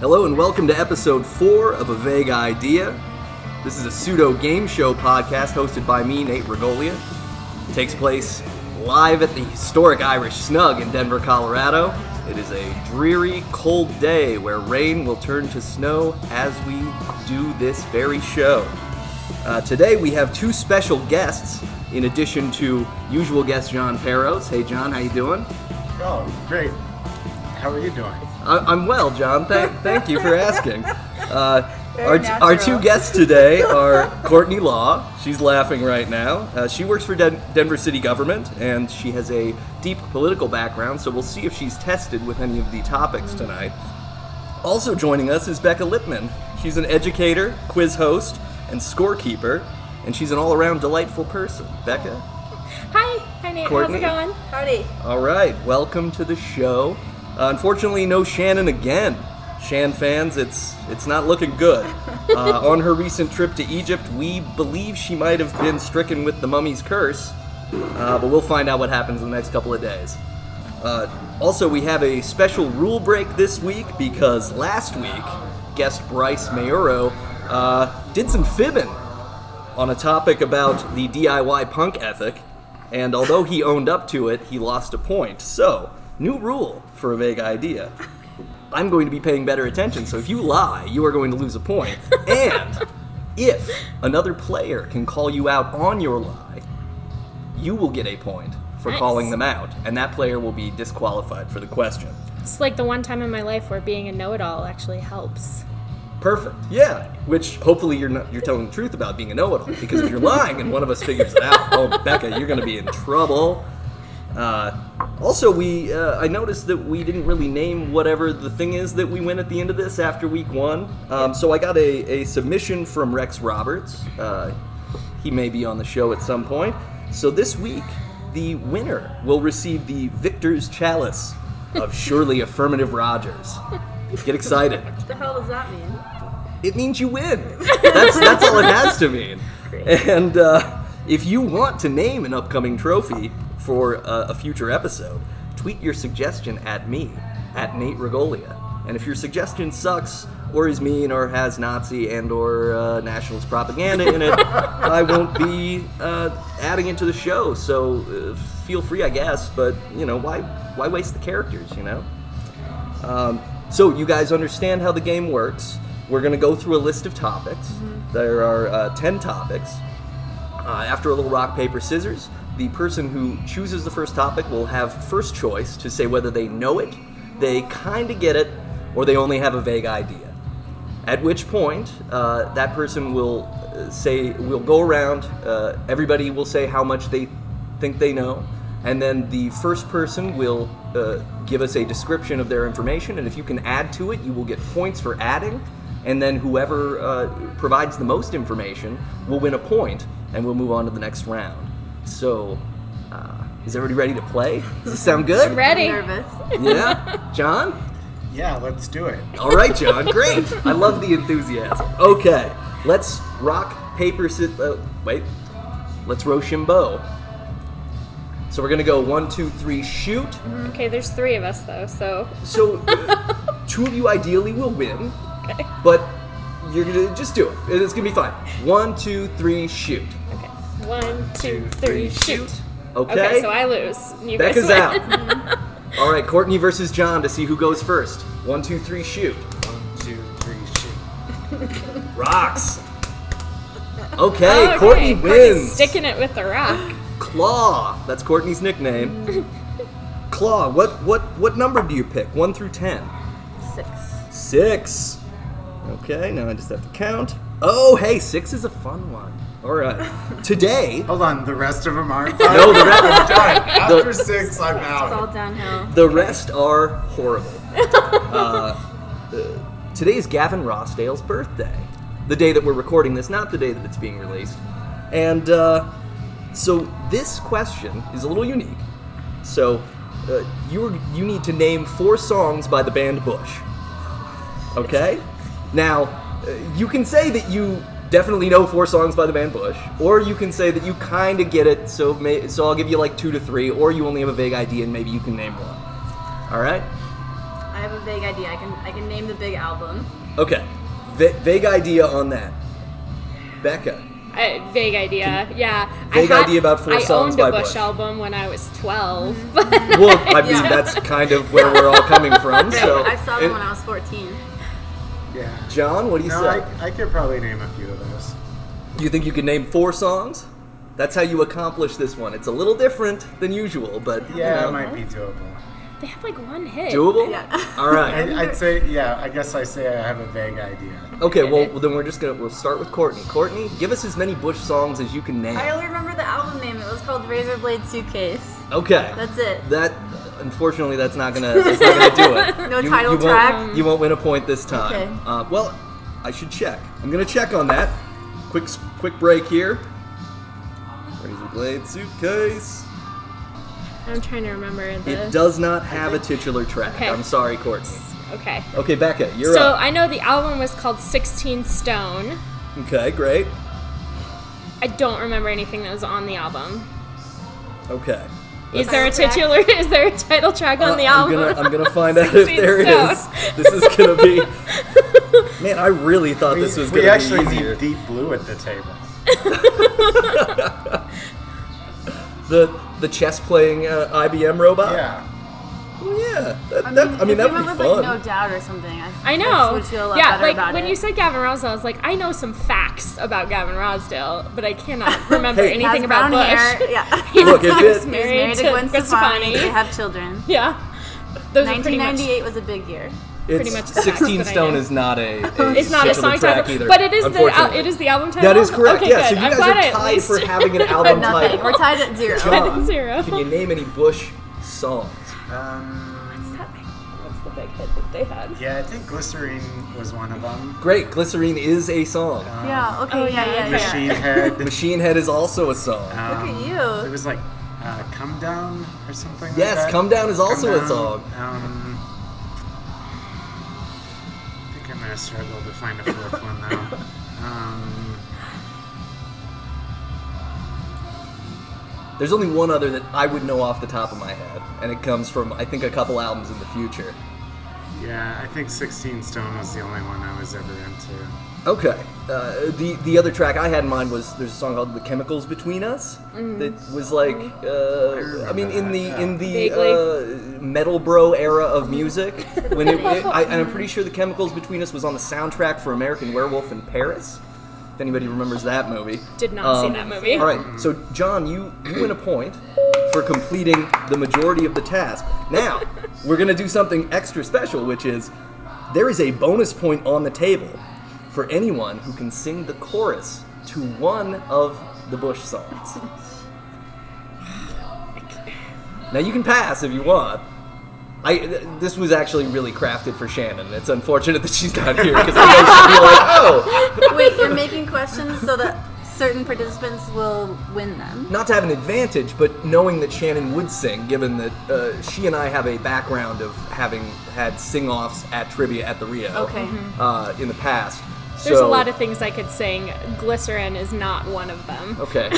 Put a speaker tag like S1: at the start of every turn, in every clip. S1: Hello and welcome to episode four of A Vague Idea. This is a pseudo game show podcast hosted by me, Nate Regolia. It takes place live at the historic Irish Snug in Denver, Colorado. It is a dreary, cold day where rain will turn to snow as we do this very show. Uh, today we have two special guests in addition to usual guest John Peros. Hey John, how you doing?
S2: Oh, great. How are you doing?
S1: I- I'm well, John. Thank, thank you for asking. Uh,
S3: Very
S1: our, our two
S3: natural.
S1: guests today are Courtney Law. She's laughing right now. Uh, she works for Den- Denver City Government and she has a deep political background, so we'll see if she's tested with any of the topics tonight. Also joining us is Becca Lipman. She's an educator, quiz host, and scorekeeper, and she's an all around delightful person. Becca,
S3: Hi, hi Nate.
S1: Courtney.
S3: How's it going? Howdy.
S1: All right, welcome to the show. Uh, unfortunately, no Shannon again. Shan fans, it's it's not looking good. Uh, on her recent trip to Egypt, we believe she might have been stricken with the mummy's curse, uh, but we'll find out what happens in the next couple of days. Uh, also, we have a special rule break this week because last week, guest Bryce Mayuro uh, did some fibbing on a topic about the DIY punk ethic, and although he owned up to it, he lost a point. So, new rule for a vague idea. I'm going to be paying better attention, so if you lie, you are going to lose a point. And if another player can call you out on your lie, you will get a point for
S4: Nice.
S1: calling them out, and that player will be disqualified for the question.
S4: It's like the one time in my life where being a know-it-all actually helps.
S1: Perfect. Yeah. Which hopefully you're not, you're telling the truth about being a know-it-all because if you're lying and one of us figures it out, oh Becca, you're going to be in trouble. Uh, also, we uh, I noticed that we didn't really name whatever the thing is that we win at the end of this after week one. Um, so I got a, a submission from Rex Roberts. Uh, he may be on the show at some point. So this week, the winner will receive the Victor's Chalice of Surely Affirmative Rogers. Get excited.
S3: What the hell does that mean?
S1: it means you win. That's that's all it has to mean. And uh, if you want to name an upcoming trophy for uh, a future episode, tweet your suggestion at me at Nate Regolia. And if your suggestion sucks or is mean or has Nazi and or uh, nationalist propaganda in it, I won't be uh, adding it to the show. So uh, feel free, I guess. But you know, why why waste the characters? You know. Um, so you guys understand how the game works. We're going to go through a list of topics. There are uh, ten topics. Uh, after a little rock paper scissors, the person who chooses the first topic will have first choice to say whether they know it, they kind of get it, or they only have a vague idea. At which point, uh, that person will uh, say, will go around, uh, everybody will say how much they think they know, and then the first person will uh, give us a description of their information, and if you can add to it, you will get points for adding, and then whoever uh, provides the most information will win a point, and we'll move on to the next round. So, uh, is everybody ready to play? Does this sound good?
S4: Ready?
S3: Nervous.
S1: Yeah? John?
S2: Yeah, let's do it.
S1: All right, John. Great. I love the enthusiasm. Okay, let's rock paper scissors. Uh, wait, let's Rochambeau. So we're gonna go one, two, three, shoot.
S4: Okay, there's three of us though, so
S1: So uh, two of you ideally will win, but you're gonna just do it. It's gonna be fine. One, two, three, shoot.
S4: okay. One, two, three, shoot.
S1: Okay.
S4: Okay, so I lose. You guys
S1: Becca's
S4: win.
S1: out. All right, Courtney versus John to see who goes first. One, two, three, shoot.
S2: One, two, three, shoot.
S1: Rocks. Okay,
S4: Oh, Okay,
S1: Courtney
S4: Courtney's
S1: wins.
S4: Sticking it with the rock.
S1: Claw. That's Courtney's nickname. Claw. What what what number do you pick? One through ten.
S3: Six.
S1: Six. Okay, now I just have to count. Oh, hey, six is a fun one. All right. Today,
S2: Hold on, the rest of them aren't.
S1: no, the
S2: I'm
S1: rest,
S2: done. After
S1: The-
S2: six, I'm
S3: It's all
S2: out.
S3: downhill.
S1: the rest are horrible. Uh, uh, today is Gavin Rossdale's birthday. The day that we're recording this, not the day that it's being released. And uh, so this question is a little unique. So uh, you are, you need to name four songs by the band Bush. Okay. Now uh, you can say that you definitely know four songs by the band Bush, or you can say that you kind of get it. So may, so I'll give you like two to three, or you only have a vague idea and maybe you can name one. All right.
S3: I have have a vague idea. I can I can name the big album.
S1: Okay. Va- vague idea on that. Becca.
S4: I, vague idea, yeah.
S1: Vague
S4: I had,
S1: idea about four
S4: I
S1: songs
S4: owned
S1: by
S4: a Bush,
S1: Bush.
S4: album when I was twelve.
S1: Well, I mean,
S3: Yeah.
S1: that's kind of where we're all coming from. So,
S3: I saw them
S1: and-
S3: when I was 14.
S2: Yeah.
S1: John, what do you
S2: No,
S1: say?
S2: I, I could probably name a few of those.
S1: You think you can name four songs? That's how you accomplish this one. It's a little different than usual, but you
S2: Yeah,
S1: know,
S2: it might be doable.
S4: they have like one hit.
S1: doable.
S3: Yeah.
S1: All right.
S2: I, I'd say, yeah, I guess I say I have a vague idea.
S1: Okay. Well, then we're just gonna we'll start with Courtney. Courtney, give us as many Bush songs as you can name.
S3: I only remember the album name. It was called Razorblade Suitcase.
S1: Okay.
S3: That's it.
S1: That unfortunately, that's not gonna that's not gonna do it.
S3: No title
S1: won't-
S3: track?
S1: you won't win a point this time.
S3: Okay.
S1: Uh, well, I should check. I'm gonna check on that. Quick s- quick break here. Razor blade suitcase.
S4: I'm trying to remember the.
S1: It does not have a titular track.
S4: Okay.
S1: I'm sorry, Courtney.
S4: Okay.
S1: Okay, Becca, you're
S4: so
S1: up.
S4: I know the album was called Sixteen Stone.
S1: okay, great.
S4: I don't remember anything that was on the album.
S1: Okay.
S4: Is there a
S3: Title
S4: titular? Is there a title track on the
S1: Uh, I'm
S4: album?
S1: gonna, I'm gonna find out if
S4: 16
S1: there is.
S4: stone.
S1: This is gonna be. Man, I really thought this was gonna
S2: we we actually
S1: be easier.
S2: need deep blue at the table.
S1: the the chess playing uh, IBM robot.
S2: Yeah.
S1: Well, yeah. That, that, I mean,
S3: if
S1: that would
S3: you
S1: be
S3: remember,
S1: fun.
S3: Like, no doubt or something. I,
S4: I know.
S3: would feel a lot
S4: yeah,
S3: better
S4: like
S3: uh, about
S4: when
S3: it.
S4: you said Gavin Rosdale, I was like, I know some facts about Gavin Rosdale, but I cannot remember
S1: Hey.
S3: Has
S4: anything
S3: brown
S4: about Bush.
S3: hair. Yeah.
S4: He
S1: Look, if
S4: was
S1: it-
S3: He was
S4: married,
S3: married to Gwen Stefani. They
S4: Stefani.
S3: have children.
S4: Yeah, those are pretty much.
S3: 1998 was a big year.
S1: it's,
S4: much the facts
S1: 16
S4: that I
S1: Stone
S4: know.
S1: is not a,
S4: It's not
S1: titular
S4: a song
S1: track
S4: title,
S1: either.
S4: but it is the al-
S1: unfortunately.
S4: it is the album title.
S1: That is correct.
S4: Okay,
S1: yeah,
S4: good.
S1: so you
S4: I'm
S1: guys
S4: glad I
S1: are
S4: at
S1: tied
S4: least-
S1: for having an album
S3: Nothing. We're
S1: title.
S3: tied at zero.
S1: John,
S4: Zero.
S1: can you name any Bush songs?
S2: Um,
S4: That's the big hit that they had.
S2: yeah, I think glycerine was one of them.
S1: Great, Glycerine is a song.
S2: Uh,
S3: Yeah. Okay.
S4: Oh,
S3: yeah.
S4: yeah,
S3: Yeah. Yeah.
S2: Machine Head.
S1: Machine Head is also a song.
S2: um,
S3: Look at you.
S2: It was like uh, Come Down or something like
S1: Yes,
S2: that.
S1: Come Down is also
S2: Come
S1: a
S2: Down,
S1: song.
S2: Um, I think I'm going to struggle to find a fourth one, though. Um,
S1: There's only one other that I would know off the top of my head, and it comes from I think a couple albums in the future.
S2: yeah, I think 16 Stone was the only one I was ever into.
S1: Okay. Uh, the the other track I had in mind was there's a song called "The Chemicals Between Us" that was like uh, I, mean in the in the uh, metal bro era of music when it, it- I, and I'm pretty sure "The Chemicals Between Us" was on the soundtrack for American Werewolf in Paris. If anybody remembers that movie, Um,
S4: Did not see that movie.
S1: All right, so John, you you win a point for completing the majority of the task. Now we're gonna do something extra special, which is there is a bonus point on the table for anyone who can sing the chorus to one of the Bush songs. Now you can pass if you want. I th- this was actually really crafted for Shannon. It's unfortunate that she's not here because I know she'd be like, "Oh,
S3: Wait. You're making questions so that certain participants will win them.
S1: not to have an advantage, but knowing that Shannon would sing, given that uh, she and I have a background of having had sing-offs at trivia at the Rio
S3: Okay. Mhm.
S1: uh, in the past.
S4: There's
S1: so,
S4: a lot of things I could sing. Glycerin is not one of them.
S1: okay.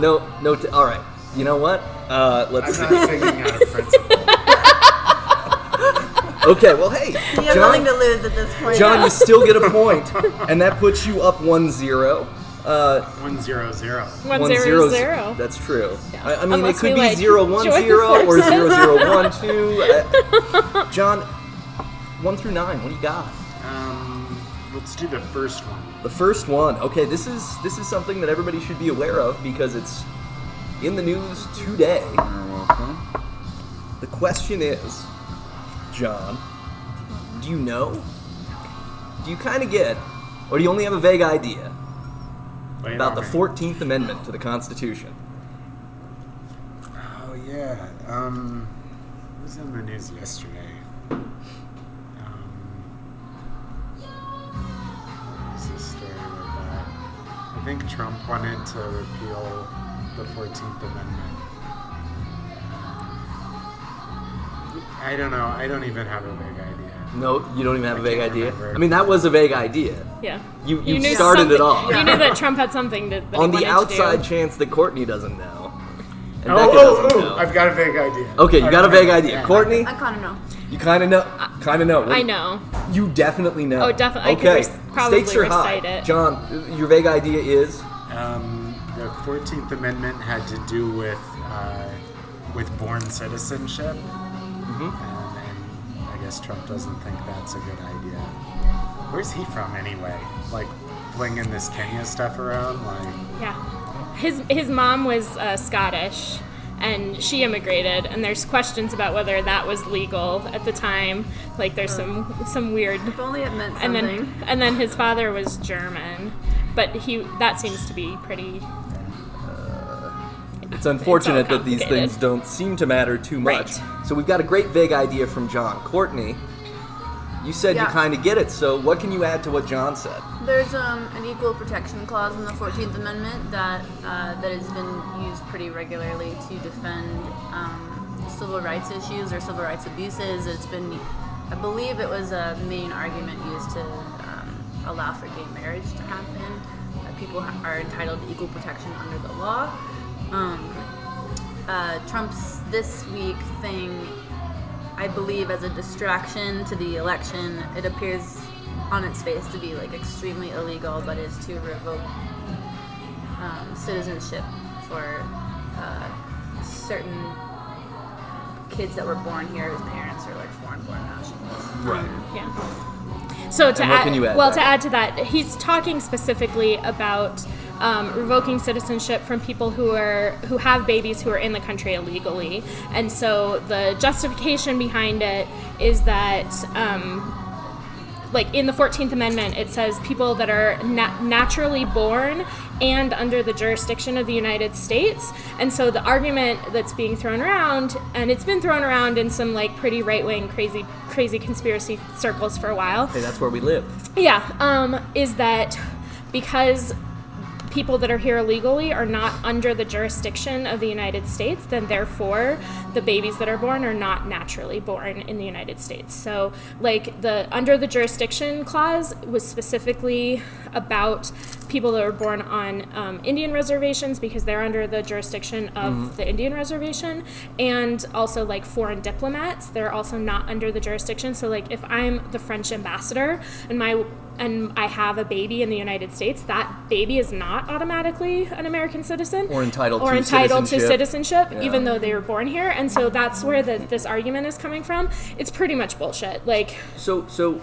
S1: no, no. T- all right. You know what? Uh,
S2: I'm
S1: let's.
S2: not singing out of principle.
S1: okay. Well, hey,
S3: You're
S1: John.
S3: willing to lose at this point.
S1: John, you still get a point, and that puts you up one zero. Uh,
S2: One zero zero.
S4: One
S1: One zero
S4: zero zero.
S1: That's true. I, I mean,
S4: Unless
S1: it could
S4: we,
S1: be
S4: like,
S1: zero one
S4: join
S1: zero or
S4: forces.
S1: zero zero one two. Uh, John, one through nine. What do you got?
S2: Um, let's do the first one.
S1: The first one. Okay, this is this is something that everybody should be aware of because it's in the news today.
S2: You're welcome.
S1: The question is, John, do you know? Do you kind of get, or do you only have a vague idea about the Fourteenth Amendment to the Constitution?
S2: Oh yeah. Um, it was in the news yesterday. Um, what was the story with that? I think Trump wanted to repeal the Fourteenth Amendment. I don't know. I don't even have a big idea.
S1: No, you don't even have a
S2: I
S1: vague
S2: can't
S1: idea.
S2: remember.
S1: I mean, that was a vague idea.
S4: Yeah.
S1: You- you
S4: knew
S1: started it
S4: something-
S1: off.
S4: You knew that Trump had something to, that he
S1: on the
S4: wanted
S1: outside
S4: To
S1: chance that Courtney doesn't know. And
S2: Oh,
S1: Becca
S2: oh,
S1: doesn't
S2: oh!
S1: know.
S2: I've got a vague idea.
S1: okay, you
S2: I've
S1: got a vague idea.
S2: yeah.
S1: Courtney,
S3: I kind of know.
S1: You kind of know. Kind of know. What-
S4: I know.
S1: You definitely know.
S4: Oh, defi- I could
S1: Okay.
S4: rec- probably
S1: Stakes are high.
S4: recite it.
S1: John, your vague idea is
S2: Um, the Fourteenth Amendment had to do with uh, with born citizenship, Mm-hmm. and, and I guess Trump doesn't think that's a good idea. Where's he from anyway? Like flinging this Kenya stuff around, like
S4: Yeah. His his mom was uh, Scottish, and she immigrated. And there's questions about whether that was legal at the time. Like there's some some weird.
S3: If only it meant
S4: And
S3: something.
S4: then and then his father was German, but he that seems to be pretty.
S1: it's unfortunate that these
S4: complicated.
S1: things don't seem to matter too much.
S4: Right.
S1: So we've got a great vague idea from John. Courtney, you said you
S3: Yeah.
S1: kind of get it. So what can you add to what John said?
S3: There's um, an equal protection clause in the 14th Amendment that uh, that has been used pretty regularly to defend um, civil rights issues or civil rights abuses. It's been, I believe, it was a main argument used to um, allow for gay marriage to happen. That people ha- are entitled to equal protection under the law. Um, uh, Trump's this week thing I believe, as a distraction to the election. It appears on its face to be like extremely illegal, but is to revoke um, citizenship for uh, certain kids that were born here whose parents are like foreign-born nationals.
S1: Right.
S4: Yeah. So to
S1: And what
S4: add,
S1: can you add
S4: well,
S1: back?
S4: to add to that, he's talking specifically about um, revoking citizenship from people who are who have babies who are in the country illegally, and so the justification behind it is that. Um, like in the 14th Amendment, it says people that are na- naturally born and under the jurisdiction of the United States. And so the argument that's being thrown around, and it's been thrown around in some like pretty right wing, crazy, crazy conspiracy circles for a while,
S1: Hey, that's where we live.
S4: yeah, um, is that because people that are here illegally are not under the jurisdiction of the United States, then therefore the babies that are born are not naturally born in the United States. So, like the under the jurisdiction clause was specifically about people that were born on um, Indian reservations because they're under the jurisdiction of
S1: Mm-hmm.
S4: the Indian reservation, and also like foreign diplomats, they're also not under the jurisdiction. So, like if I'm the French ambassador and my and I have a baby in the United States, that baby is not automatically an American citizen
S1: Or entitled
S4: or
S1: to
S4: entitled to citizenship,
S1: Yeah.
S4: even though they were born here. And so that's where the, this argument is coming from. It's pretty much bullshit. Like,
S1: So so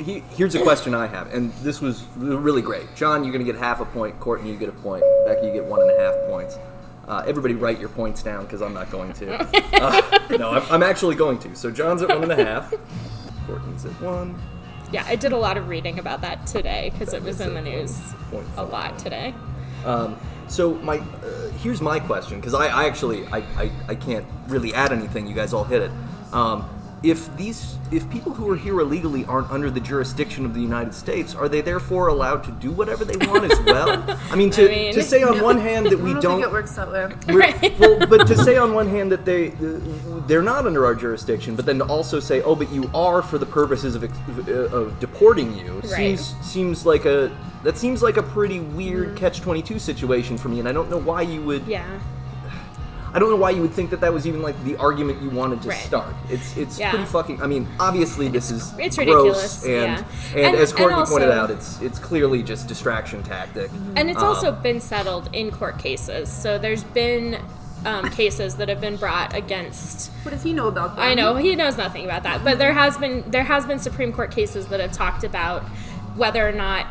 S1: he, here's a question I have, and this was really great. John, you're gonna get half a point. Courtney, you get a point. Becky, you get one and a half points. Uh, everybody, write your points down because I'm not going to. Uh, no, I'm, I'm actually going to. So John's at one and a half. Courtney's at one.
S4: yeah, I did a lot of reading about that today because it was in the news
S1: Point
S4: a
S1: five.
S4: lot today.
S1: So my uh, here's my question because I, I actually I, I, I can't really add anything. You guys all hit it. Um, if these if people who are here illegally aren't under the jurisdiction of the United States, are they therefore allowed to do whatever they want as well? I mean, to,
S4: I mean-
S1: to say on one hand that we
S3: I don't
S1: don't
S3: think it works that way.
S1: we're- well, but to say on one hand that they uh, they're not under our jurisdiction, but then to also say, oh, but you are for the purposes of ex- uh, of deporting you
S4: Right.
S1: seems seems like a that seems like a pretty weird catch twenty two situation for me, and I don't know why you would
S4: Mm. Yeah.
S1: I don't know why you would think that that was even like the argument you wanted to
S4: Right.
S1: start. It's it's
S4: Yeah.
S1: pretty fucking. I mean, obviously this is
S4: it's
S1: gross,
S4: ridiculous,
S1: and,
S4: yeah.
S1: and
S4: And-
S1: as
S4: and
S1: Courtney pointed
S4: also- Mm-hmm.
S1: out, it's it's clearly just distraction tactic.
S4: And it's
S1: Um,
S4: also been settled in court cases. So there's been um, cases that have been brought against.
S3: What does he know about that?
S4: I know he knows nothing about that, but there has been there has been Supreme Court cases that have talked about whether or not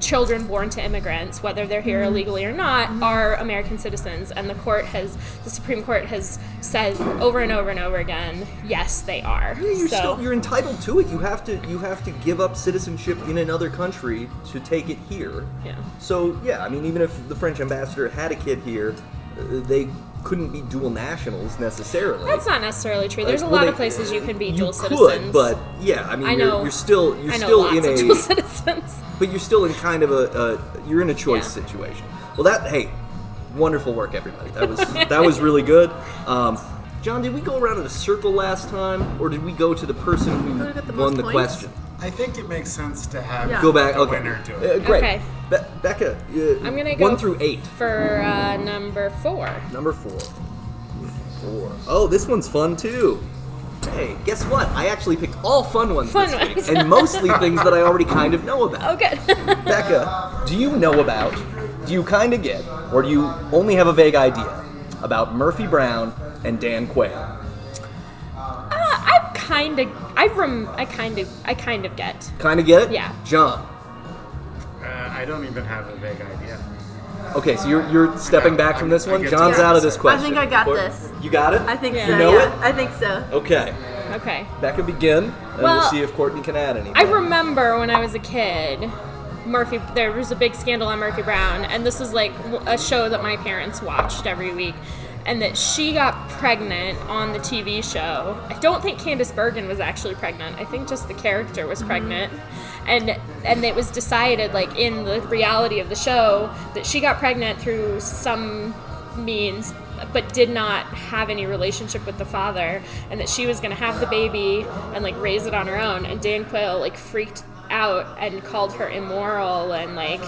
S4: children born to immigrants, whether they're
S3: Mm-hmm.
S4: here illegally or not, are American citizens, and the court has the Supreme Court has said over and over and over again, yes, they are.
S1: Yeah, you're
S4: so
S1: still you're entitled to it. You have to you have to give up citizenship in another country to take it here.
S4: Yeah.
S1: So yeah, I mean, even if the French ambassador had a kid here, uh, they couldn't be dual nationals necessarily.
S4: that's not necessarily true. There's a
S1: Well,
S4: lot
S1: they-
S4: of places you can be
S1: you
S4: dual
S1: could,
S4: citizens.
S1: but yeah, I mean,
S4: I
S1: you're,
S4: know-
S1: you're still you're
S4: I know
S1: still
S4: lots
S1: in
S4: of
S1: a
S4: dual citizens.
S1: but you're still in kind of a, a you're in a choice
S4: Yeah.
S1: situation. Well, that hey, wonderful work, everybody. That was that was really good. Um, John, did we go around in a circle last time, or did we go to the person who
S3: Who got the
S1: won
S3: most
S1: the
S3: points?
S1: question?
S2: I think it makes sense to have
S3: Yeah.
S1: Go back.
S2: the
S1: okay.
S2: winner do
S1: Uh,
S2: it.
S1: great.
S4: Okay.
S1: Be- Becca, uh,
S4: I'm gonna go
S1: one through eight.
S4: for uh, number four.
S1: Number four. Four. Oh, this one's fun too. Hey, guess what? I actually picked all fun ones
S4: Fun
S1: this week,
S4: ones.
S1: and mostly things that I already kind of know about.
S4: Oh, good.
S1: Becca, do you know about, do you kind of get, or do you only have a vague idea about Murphy Brown and Dan Quayle?
S4: uh, I kind of, I rem, I kind of, I kind of get.
S1: Kind of get it?
S4: Yeah.
S1: John.
S2: Uh, I don't even have a vague idea.
S1: Okay, so you're, you're stepping back from this
S2: I
S1: one.
S2: get
S1: John's
S3: to
S1: out of
S2: answer.
S1: this question.
S3: I think I got
S1: Or-
S3: this.
S1: You got it.
S3: I think
S4: Yeah.
S3: so.
S1: You know
S3: yeah.
S1: it.
S3: I think so.
S1: Okay,
S4: Okay.
S1: Becca, begin, and we'll
S4: Well,
S1: see if Courtney can add anything.
S4: I remember when I was a kid, Murphy. There was a big scandal on Murphy Brown, and this was like w- a show that my parents watched every week, and that she got pregnant on the TV show. I don't think Candace Bergen was actually pregnant. I think just the character was pregnant, and and it was decided like in the reality of the show that she got pregnant through some means but did not have any relationship with the father and that she was going to have the baby and like raise it on her own and dan quayle like freaked out and called her immoral and like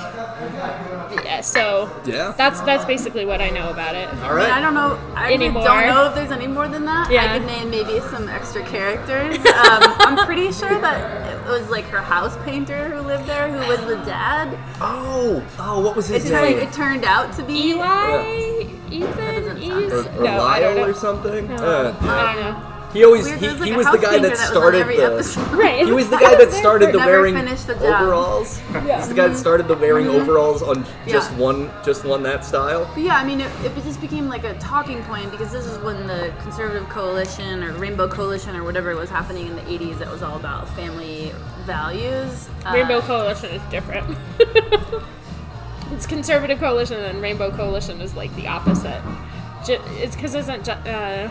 S4: yeah so
S1: Yeah.
S4: that's that's basically what i know about it
S1: All
S3: I mean, I
S1: right.
S3: don't know. I really
S4: Anymore.
S3: don't know if there's any more than that.
S4: Yeah.
S3: I could name maybe some extra characters. Um, I'm pretty sure that it was like her house painter who lived there, who was the dad.
S1: Oh, oh, what was
S3: It,
S1: his
S3: turned,
S1: name?
S3: it turned out to be.
S4: eli ethan Ease?
S1: Or, or
S4: no i don't
S1: Lyle or
S4: know
S1: something?
S4: No,
S1: Uh,
S4: i don't know
S1: he always
S3: Weird,
S1: he,
S3: there was, like,
S1: he
S3: a
S1: was the
S3: house
S1: guy
S3: painter
S1: that
S3: was on
S1: started
S3: every
S1: the
S3: episode.
S4: right
S1: he was the guy
S3: was
S1: that
S3: there
S1: started
S3: for
S1: the
S3: never
S1: wearing
S3: finished the job. Mm-hmm.
S1: overalls.
S4: Yeah.
S1: He's the guy that started the wearing overalls on just
S3: Yeah.
S1: one just one that style.
S3: But yeah, I mean, it, it just became like a talking point because this is when the conservative coalition or rainbow coalition or whatever was happening in the 80s that was all about family values. Uh,
S4: rainbow coalition is different it's conservative coalition and rainbow coalition is like the opposite Ju- it's because isn't ju- uh,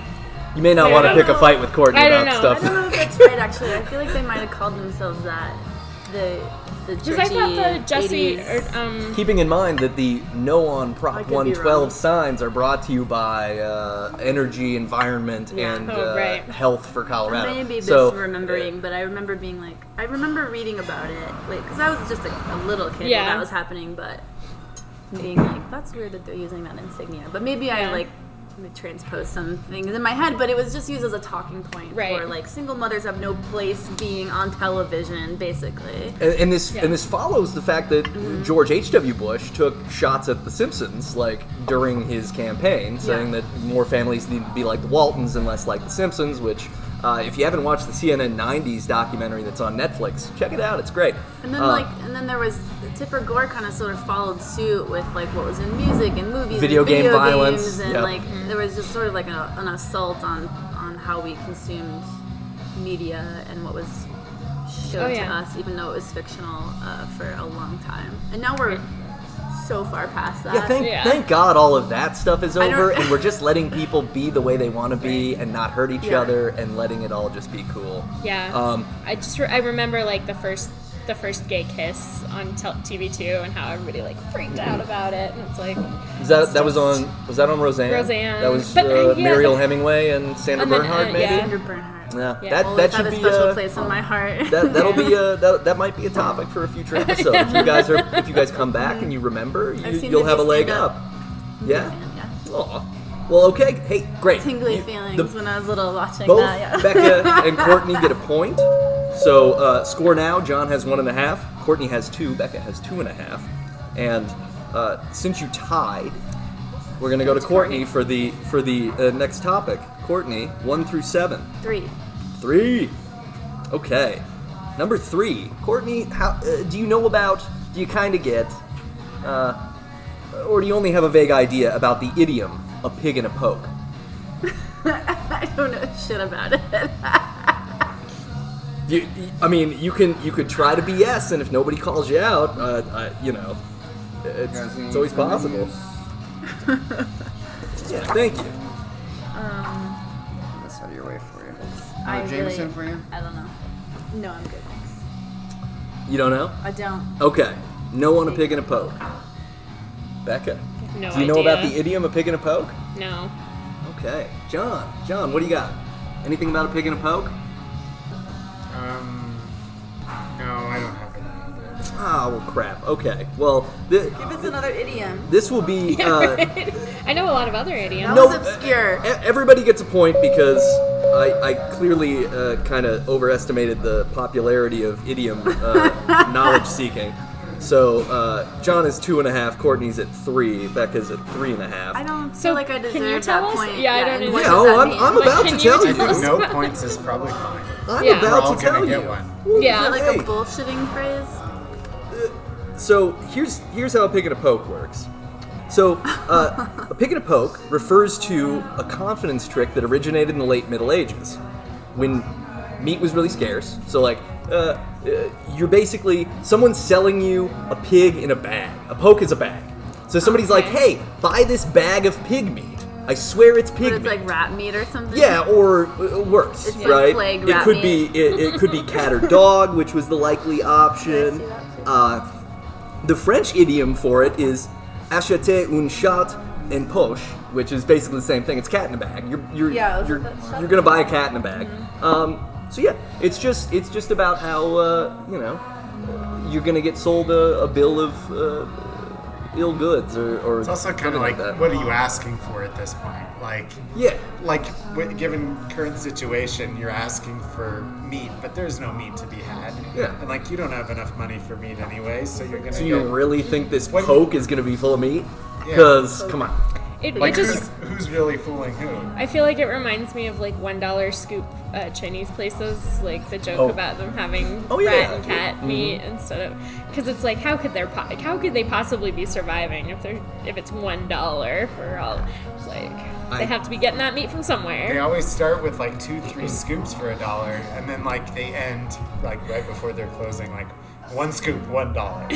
S1: You may not
S4: I
S1: want to
S4: don't
S1: pick a
S3: know.
S1: fight with Courtney
S4: I don't
S1: about
S4: know.
S3: I don't
S1: stuff.
S3: know if that's right, actually. I feel like they might have called themselves that. The the
S4: Because I thought the
S3: Jesse
S4: Jesse, or, um,
S1: Keeping in mind that the no on
S3: I
S1: Prop
S3: could be wrong.
S1: 112 signs are brought to you by uh, Energy, Environment,
S3: Yeah.
S1: and
S4: Oh,
S1: uh,
S4: right.
S1: Health for Colorado.
S3: Maybe
S1: so,
S3: misremembering, but I remember being like, I remember reading about it, like, because I was just like a little kid
S4: Yeah.
S3: when that was happening, but being like, that's weird that they're using that insignia. But maybe
S4: Yeah.
S3: I like transpose some things in my head, but it was just used as a talking point
S4: Right.
S3: for like single mothers have no place being on television, basically.
S1: And, and this
S4: Yeah.
S1: and this follows the fact that
S3: Mm-hmm.
S1: George H. W. Bush took shots at the Simpsons like during his campaign, saying that more families need to be like the Waltons and less like the Simpsons. Which, uh, if you haven't watched the CNN '90s documentary that's on Netflix, check it out. It's great.
S3: And then
S1: Uh,
S3: like, and then there was Tipper Gore kind of sort of followed suit with like what was in music and movies,
S1: Video
S3: and
S1: game
S3: video
S1: violence,
S3: games, and
S1: yep.
S3: like there was just sort of like an, an assault on on how we consumed media and what was shown
S4: Oh, yeah.
S3: to us, even though it was fictional uh, for a long time. And now we're so far past that.
S1: yeah, thank
S4: yeah.
S1: thank God all of that stuff is
S3: I don't-
S1: over, and we're just letting people be the way they want to be and not hurt each
S3: Yeah.
S1: other and letting it all just be cool.
S4: yeah.
S1: Um,
S4: I just re- I remember like the first the first gay kiss on tel- TV2 and how everybody like freaked out about it, and it's like
S1: Was Mm-hmm. that that was on was that on Roseanne?
S4: Roseanne.
S1: That was
S4: But,
S1: uh,
S4: uh, yeah,
S1: Muriel
S4: but-
S1: Hemingway and Sandra
S4: And then,
S1: Bernhard,
S4: uh,
S1: maybe.
S4: yeah.
S3: Andrew Bernhardt.
S1: Yeah,
S4: Yeah.
S1: that
S3: Always
S1: that
S3: have
S1: should
S3: a
S1: be
S3: special
S1: uh,
S3: place in my heart.
S1: that that'll
S4: Yeah.
S1: be uh, that, that might be a topic for a future episode. If you guys are if you guys come back and you remember, you,
S3: I've seen
S1: you'll
S3: that
S1: have a
S3: they
S1: leg
S3: stand
S1: up.
S3: up.
S1: Yeah.
S3: yeah.
S1: Aw. Well, okay. Hey, great.
S3: Tingly
S1: You-
S3: feelings
S1: the-
S3: when I was little watching
S1: both
S3: that. Yeah.
S1: Becca and Courtney get a point. So uh, score now. John has one and a half. Courtney has two. Becca has two and a half. And uh, since you tied, we're gonna go to Courtney for the for the uh, next topic. Courtney, one through seven.
S3: Three.
S1: Three. Okay. Number three, Courtney. How uh, do you know about? Do you kind of get, uh, or do you only have a vague idea about the idiom "a pig in a poke"?
S3: I don't know shit about it.
S1: You, you- I mean, you can you could try to BS, and if nobody calls you out, uh, uh, you know, it's, it's always possible. Yeah, thank you.
S3: Um,
S5: That's out of your way for you.
S1: Oh,
S3: I
S5: Uh, Jameson
S3: really,
S5: for you?
S3: I don't know. No, I'm good. Thanks.
S1: You don't know?
S3: I don't.
S1: Okay. No on a pig in a poke. Becca,
S4: no.
S1: do you know about the
S4: idea.
S1: idiom "a pig in a poke"?
S4: No.
S1: Okay, John. John, what do you got? Anything about a pig in a poke?
S2: Um, no, I don't have any idea.
S1: Ah, well, crap. Okay. Well, th-
S3: If it's another idiom.
S1: this will be. Uh,
S4: I know a lot of other idioms.
S3: That
S1: No.
S3: was obscure.
S1: e- everybody gets a point because I, I clearly uh, kind of overestimated the popularity of idiom uh, knowledge seeking. So uh, John is two and a half, Courtney's at three, Becca's at three and a half.
S3: I don't
S4: So,
S3: feel like I
S4: can you
S3: deserve
S4: tell
S3: that
S4: us?
S3: point.
S4: Yeah, I don't
S3: and
S4: either.
S3: what
S1: No,
S3: does that
S1: oh, I'm-
S3: mean?
S1: I'm about
S4: can
S1: to tell you.
S4: tell us
S2: No
S4: what-
S2: points is probably fine.
S1: I'm
S4: Yeah.
S2: We're
S1: about
S2: all
S1: to
S2: gonna
S1: tell
S2: get
S1: you.
S2: one.
S4: Yeah.
S3: Is it
S1: Hey.
S3: like a bullshitting phrase?
S1: So here's here's how a pick and a poke works. So uh, a pick and a poke refers to a confidence trick that originated in the late Middle Ages, when meat was really scarce. So like, uh, uh, you're basically someone's selling you a pig in a bag. A poke is a bag. So somebody's like, "Hey, buy this bag of pig meat. I swear it's pig
S3: But it's
S1: meat."
S3: like rat meat or something?
S1: Yeah, or uh, worse,
S3: It's like
S1: right?
S3: plague
S1: it
S3: rat
S1: could
S3: meat.
S1: be it, it could be cat or dog, which was the likely option. Uh, the French idiom for it is acheter un chat en poche, which is basically the same thing. It's cat in a bag. You're you're
S3: Yeah, is it
S1: you're,
S3: that stuff?
S1: you're gonna buy a cat in a bag.
S3: Mm-hmm.
S1: Um, so yeah, it's just it's just about how uh, you know you're gonna get sold a, a bill of uh, ill goods or, or
S2: It's also kind of like,
S1: that.
S2: what are you asking for at this point? Like,
S1: yeah.
S2: like wi- given current situation, you're asking for meat, but there's no meat to be had.
S1: Yeah.
S2: And like, you don't have enough money for meat anyway, so you're gonna.
S1: Do you
S2: go-
S1: really think this
S2: What-
S1: poke is going to be full of meat?
S2: Yeah.
S1: Because come on,
S4: It,
S2: Like,
S4: it just.
S2: who's, who's really fooling who?
S4: I feel like it reminds me of like one dollar scoop uh, Chinese places, like the joke
S1: Oh.
S4: about them having
S1: Oh,
S4: rat
S1: yeah.
S4: and cat meat instead of because it's like how could they po- how could they possibly be surviving if they're if it's one dollar for all it's like
S1: I-
S4: they have to be getting that meat from
S2: They
S4: somewhere.
S2: always start with like two, three scoops for a dollar, and then like they end like right before they're closing, like one scoop, one dollar.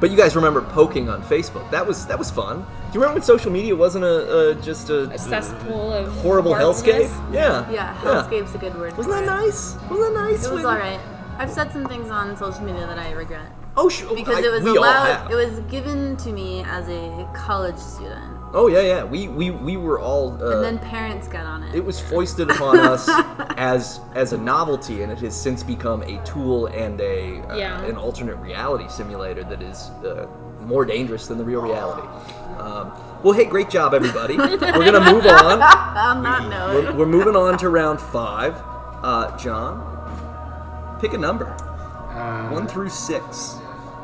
S1: but you guys remember poking on Facebook? That was that was fun. Do you remember when social media wasn't a, a just a,
S4: A cesspool of
S1: horrible
S4: horribleness.
S1: hellscape? Yeah,
S3: Yeah, hellscape's a good word.
S1: Wasn't
S3: for
S1: that
S3: it.
S1: nice? Wasn't that nice?
S3: It was
S1: when-
S3: alright. I've said some things on social media that I regret
S1: Oh, sure.
S3: because
S1: I-
S3: it was
S1: we all
S3: allowed.
S1: have.
S3: It was given to me as a college student,
S1: Oh yeah, yeah. We we we were all. Uh,
S3: and then parents got on it.
S1: it was foisted upon us as as a novelty, and it has since become a tool and a uh,
S4: Yeah.
S1: an alternate reality simulator that is uh, more dangerous than the real reality. Um, well, hey, great job, everybody. We're gonna move on.
S3: on that note,
S1: We're, we're moving on to round five. Uh, John, pick a number,
S2: Um,
S1: one through six.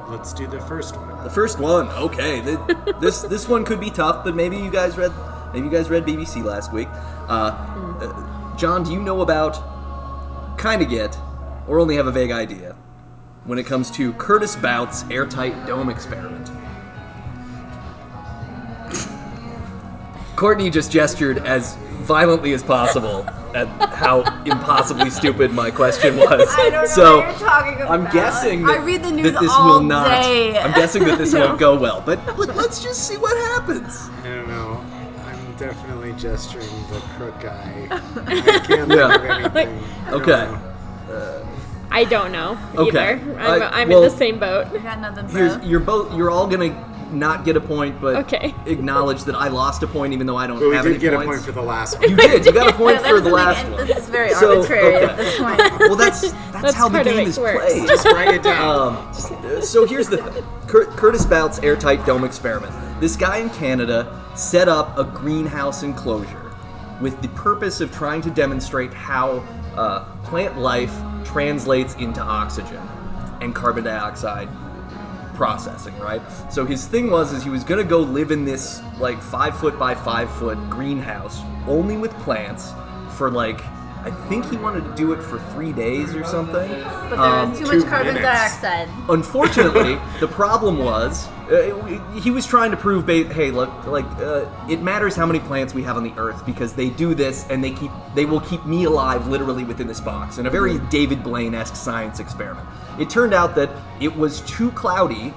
S2: let's do the first one.
S1: The first one, okay. Th- this this one could be tough, but maybe you guys read maybe you guys read BBC last week. Uh, uh, John, do you know about kind of get or only have a vague idea when it comes to Curtis Bout's airtight dome experiment? Courtney just gestured as violently as possible at how impossibly stupid my question was.
S3: I don't know
S1: so
S3: what you're talking about.
S1: I'm guessing that,
S3: I read the news
S1: that this
S3: all
S1: will not.
S3: day.
S1: I'm guessing that this won't go well, but but let's just see what happens.
S2: I don't know. I'm definitely gesturing the crook eye. I can't
S1: Yeah.
S2: think of anything. I don't
S1: Okay.
S2: know.
S4: I don't know
S1: Okay.
S4: either. I'm,
S1: I-
S4: I'm
S1: well-
S4: in the same boat.
S3: I got nothing, bro.
S1: Here's, e- you're both. You're all gonna not get a point, but
S4: Okay.
S1: acknowledge that I lost a point, even though I don't
S2: But we
S1: have
S2: did
S1: any
S2: get
S1: points.
S2: a point for the last one.
S1: you did. You got a point
S3: That
S1: for the
S3: doesn't make
S1: last
S3: any-
S1: one.
S3: This is very
S1: So,
S3: arbitrary
S1: okay.
S3: at this point.
S1: Well, that's that's,
S4: That's
S1: how the
S4: part of
S1: game
S4: it
S1: is
S4: works.
S1: played.
S2: Just write it down.
S1: Um, so here's the thing. Cur- Curtis Bout's airtight dome experiment. This guy in Canada set up a greenhouse enclosure with the purpose of trying to demonstrate how uh, plant life translates into oxygen and carbon dioxide processing, right? So his thing was is he was gonna go live in this like five foot by five foot greenhouse only with plants for like I think he wanted to do it for three days or something.
S3: But there
S1: Um,
S3: was too
S2: two
S3: much carbon
S2: minutes.
S3: dioxide.
S1: Unfortunately, the problem was uh, he was trying to prove, ba- hey, look, like uh, it matters how many plants we have on the earth because they do this and they keep they will keep me alive literally within this box in a very
S4: Mm-hmm.
S1: David Blaine-esque science experiment. It turned out that it was too cloudy.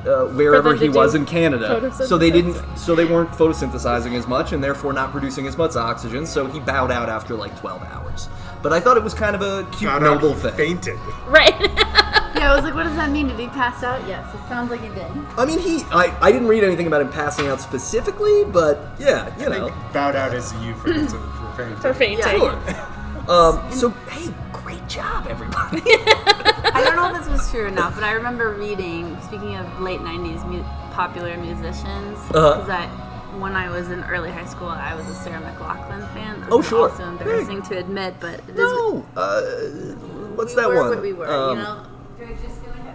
S1: Uh, wherever
S4: them to
S1: he was
S4: do
S1: in Canada, so they didn't, so they weren't photosynthesizing as much, and therefore not producing as much oxygen. So he bowed out after like 12 hours. But I thought it was kind of a cute,
S2: Found out
S1: noble
S2: he
S1: thing.
S2: Fainted.
S4: Right.
S3: Yeah, I was like, what does that mean? Did he pass out? Yes, it sounds like he did.
S1: I mean, he. I, I didn't read anything about him passing out specifically, but yeah, you know.
S2: Bowed out as a euphemism for fainting.
S4: For fainting.
S1: Sure. Um, so, hey, great job, everybody.
S3: I don't know if this was true or not, but I remember reading, speaking of late 90s mu- popular musicians,
S1: Uh-huh.
S3: that when I was in early high school, I was a Sarah McLaughlin fan. This
S1: Oh,
S3: is
S1: sure.
S3: Also embarrassing to admit, but it is
S1: No. Uh, what's
S3: we
S1: that
S3: were
S1: one?
S3: What we were,
S1: Um,
S3: you know.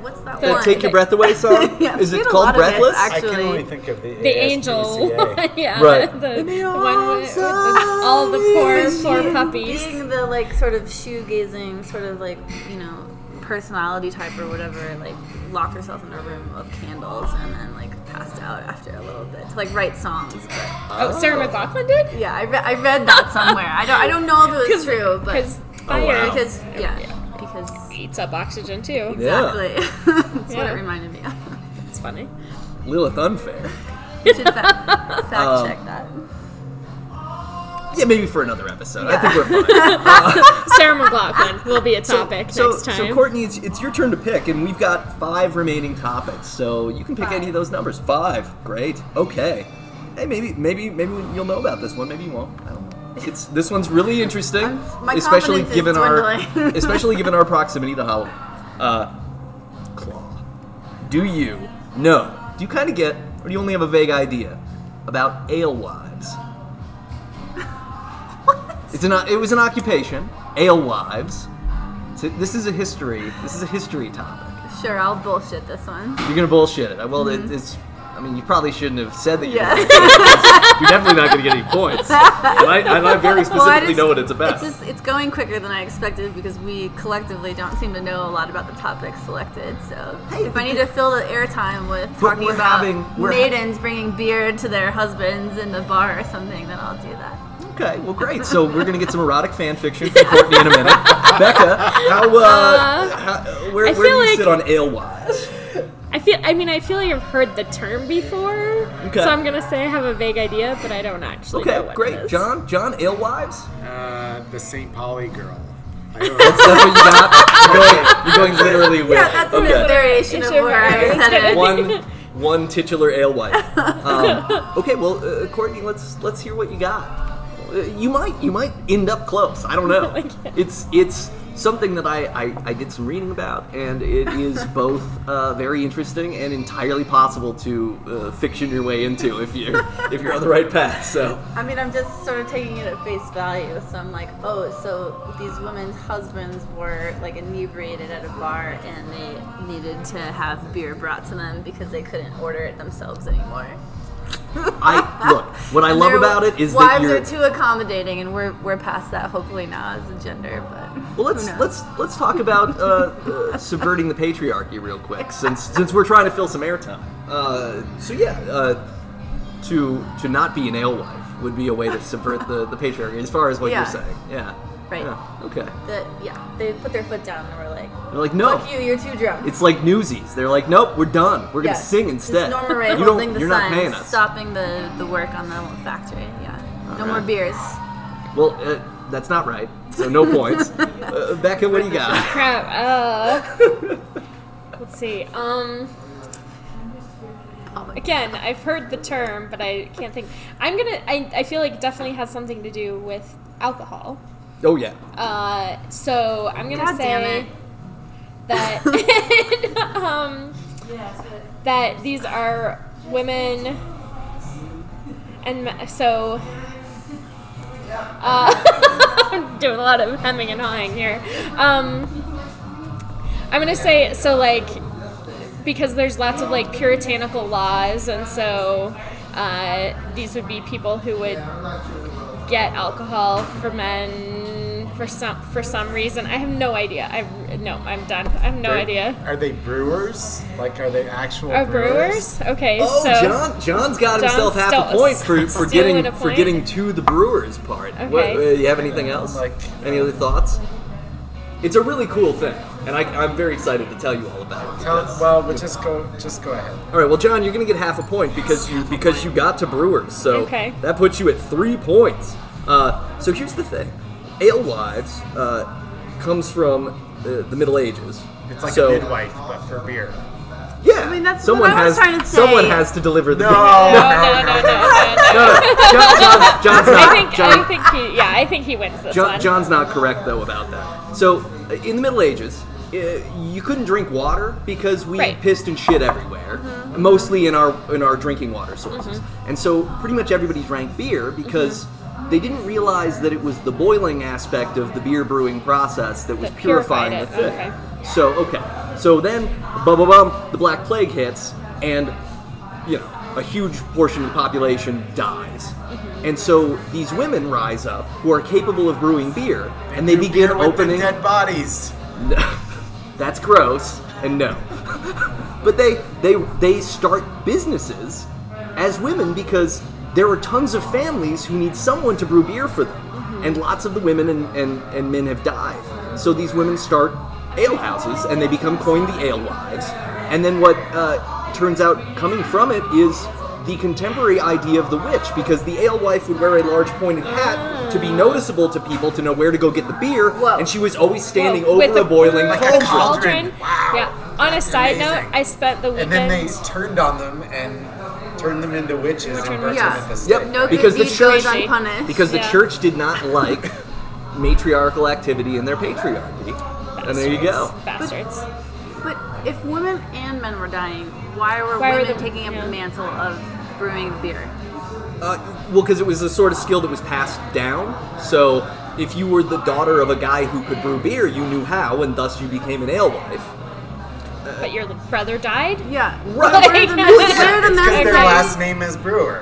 S3: What's that
S4: The-
S1: that
S3: one?
S1: Take Your Breath Away song?
S3: Yeah,
S1: Is it
S3: we had a
S1: called
S3: lot of it,
S1: Breathless?
S3: actually.
S2: I can only think of the,
S4: The angel,
S2: ASPCA.
S4: yeah,
S1: Right.
S4: the, the one with, with the, all the poor, poor puppies.
S3: Being the like sort of shoegazing, sort of like you know personality type or whatever, like locked herself in a room of candles and then like passed out after a little bit to like write songs. But
S4: Oh, Sarah McLaughlin did?
S3: yeah, I, re- I read that somewhere. I don't I don't know if it was true, but
S4: Because
S1: oh,
S4: fire
S3: because yeah, because
S4: eats up oxygen too.
S1: Yeah.
S3: exactly that's what
S4: Yeah.
S3: it reminded me of.
S4: It's funny.
S1: Lilith Unfair.
S3: You should fact, fact check that.
S1: Yeah, maybe for another episode. I think we're fine.
S4: Sarah McLaughlin will be a topic
S1: so,
S4: next time.
S1: so Courtney, it's, it's your turn to pick, and we've got five remaining topics. So you can pick any of those numbers. Five. Great. Okay. Hey, maybe, maybe, maybe you'll know about this one. Maybe you won't. I don't know. It's this one's really interesting,
S3: my
S1: especially
S3: confidence is
S1: given our,
S3: dwindling.
S1: especially given our proximity to Halloween. Uh, claw. Do you know? Do you kind of get, or do you only have a vague idea about alewives? It's an it was an occupation, alewives. So this is a history. This is a history topic.
S3: Sure, I'll bullshit this one.
S1: You're gonna bullshit it. I Well, it, it's. I mean, you probably shouldn't have said that. You're,
S3: Mm-hmm. Yeah.
S1: you're definitely not gonna get any points. And I, and I very
S3: Well, I
S1: specifically
S3: just-
S1: know what it's about.
S3: It's, just, it's going quicker than I expected because we collectively don't seem to know a lot about the topics selected. So if I need to fill the airtime with
S1: But
S3: talking
S1: we're
S3: about
S1: having- we're ha-
S3: maidens bringing beer to their husbands in the bar or something, then I'll do that.
S1: okay, well, great. So we're gonna get some erotic fan fiction from Courtney in a minute. Becca, how, uh, how where,
S4: I
S1: where do
S4: feel
S1: you
S4: like-
S1: sit on alewives?
S4: I feel. I mean, I feel like I've heard the term before,
S1: Okay.
S4: so I'm gonna say I have a vague idea, but I don't actually know
S1: Okay,
S4: what it
S1: great,
S4: is.
S1: John. John, alewives.
S2: Uh, the St. Pauli girl. I don't
S1: That's what you got. You're going, you're going literally with.
S3: Yeah, that's
S1: okay.
S3: a variation of
S4: Sure,
S3: where I was
S4: right.
S3: headed.
S1: one one titular alewife. Um, okay, well, uh, Courtney, let's let's hear what you got. Uh, you might you might end up close. I don't know. It's it's something that I, I I did some reading about, and it is both uh, very interesting and entirely possible to uh, fiction your way into if you're if you're on the right path. So
S3: I mean, I'm just sort of taking it at face value. So I'm like, oh, so these women's husbands were like inebriated at a bar and they needed to have beer brought to them because they couldn't order it themselves anymore.
S1: I look what I love
S3: Their
S1: about it is that
S3: wives
S1: you're
S3: are too accommodating, and we're we're past that hopefully now as a gender. But
S1: Well, let's
S3: who knows?
S1: let's let's talk about uh, uh, subverting the patriarchy real quick, since since we're trying to fill some airtime. Uh, so yeah, uh, to to not be an alewife would be a way to subvert the, the patriarchy, as far as what
S3: Yeah.
S1: you're saying. Yeah.
S3: Right.
S1: Yeah, Okay.
S3: the, yeah, they put their foot down and were like,
S1: They're like, no.
S3: "Fuck you, you're too drunk."
S1: It's like Newsies. They're like, nope, we're done. We're gonna
S3: Yes.
S1: sing instead.
S3: Just Norma Ray
S1: you
S3: holding
S1: don't.
S3: the
S1: You're not paying
S3: sign,
S1: us.
S3: stopping the the work on the factory. Yeah, no more
S1: right.
S3: beers.
S1: Well, uh, that's not right. So no points. uh, Becca, what do you got?
S4: Crap. Uh, let's see. Um. Again, I've heard the term, but I can't think. I'm gonna. I, I feel like it definitely has something to do with alcohol.
S1: Oh yeah.
S4: Uh, so I'm gonna
S3: God
S4: say
S3: damn it.
S4: that um, that these are women and me- so uh, I'm doing a lot of hemming and hawing here. Um, I'm gonna say so like because there's lots of like puritanical laws, and so uh, these would be people who would get alcohol for men for some for some reason. I have no idea. I no, I'm done. I have no idea.
S2: Are they brewers? Like, are they actual
S4: Are
S2: brewers?
S4: brewers? Okay,
S1: Oh,
S4: so
S1: John, John's got
S4: John
S1: himself half a
S4: stole-
S1: point for, for
S4: stealing
S1: getting
S4: a
S1: for
S4: point.
S1: getting to the Brewers part. What,
S4: Okay.
S1: uh, you have anything else?
S2: Like-
S1: any other thoughts? It's a really cool thing, and I, I'm very excited to tell you all about it.
S2: Tell,
S1: because-
S2: well, but just go, just go ahead.
S1: all right, well, John, you're gonna get half a point because you because you got to Brewers, so
S4: Okay.
S1: that puts you at three points. Uh, so here's the thing: alewives uh, comes from uh, the Middle Ages.
S2: It's like
S1: so,
S2: a midwife, but for beer.
S1: Yeah, I
S3: mean, that's what
S1: someone
S3: I was
S1: has
S3: trying to say.
S1: someone has to deliver the beer.
S4: No, no, no, no, no, no.
S1: no, no, John, John, John's not.
S4: I think
S1: John,
S4: I think he yeah I think he wins this
S1: John-
S4: one.
S1: John's not correct though about that. So uh, in the Middle Ages, uh, you couldn't drink water because we
S4: Right. Mm-hmm.
S1: pissed and shit everywhere, mostly in our in our drinking water sources. And so pretty much everybody drank beer because
S4: Mm-hmm.
S1: they didn't realize that it was the boiling aspect of the beer brewing process that was
S4: That purified
S1: purifying the
S4: it,
S1: thing.
S4: okay.
S1: So okay, so then bum bum bum, the Black Plague hits, and you know a huge portion of the population dies.
S2: Mm-hmm.
S1: And so these women rise up who are capable of brewing beer, and they
S2: Do
S1: begin
S2: beer with the
S1: opening.
S2: dead bodies.
S1: No. That's gross, and no. but they they they start businesses as women because there are tons of families who need someone to brew beer for them, and lots of the women and, and, and men have died. So these women start alehouses, and they become coined the alewives. And then what uh, turns out coming from it is the contemporary idea of the witch, because the alewife would wear a large pointed hat to be noticeable to people to know where to go get the beer,
S3: Whoa.
S1: and she was always standing
S4: Well, with
S1: over a
S4: the-
S1: boiling
S2: Like a
S1: cauldron.
S2: cauldron. Wow.
S4: Yeah. On a side
S2: amazing.
S4: note, I spent the
S2: And
S4: weekend.
S2: then they turned on them and turned them into witches and burnt
S3: Yeah.
S2: them at the stake.
S1: Yep.
S3: No
S1: Because
S3: because
S1: the
S3: good deed goes
S4: church-
S3: unpunished.
S1: Because the
S4: Yeah.
S1: church did not like matriarchal activity in their patriarchy. And there you go.
S4: Bastards.
S3: but if women and men were dying, why were
S4: Why were
S3: women
S4: the-
S3: taking up
S4: yeah.
S3: the mantle of brewing beer?
S1: Uh, well, because it was the sort of skill that was passed down. So if you were the daughter of a guy who could brew beer, you knew how, and thus you became an alewife.
S4: But your brother died?
S3: Yeah.
S1: Right.
S3: Where are the men? Where are the
S2: Because
S3: men?
S2: their
S4: Right.
S2: last name is Brewer.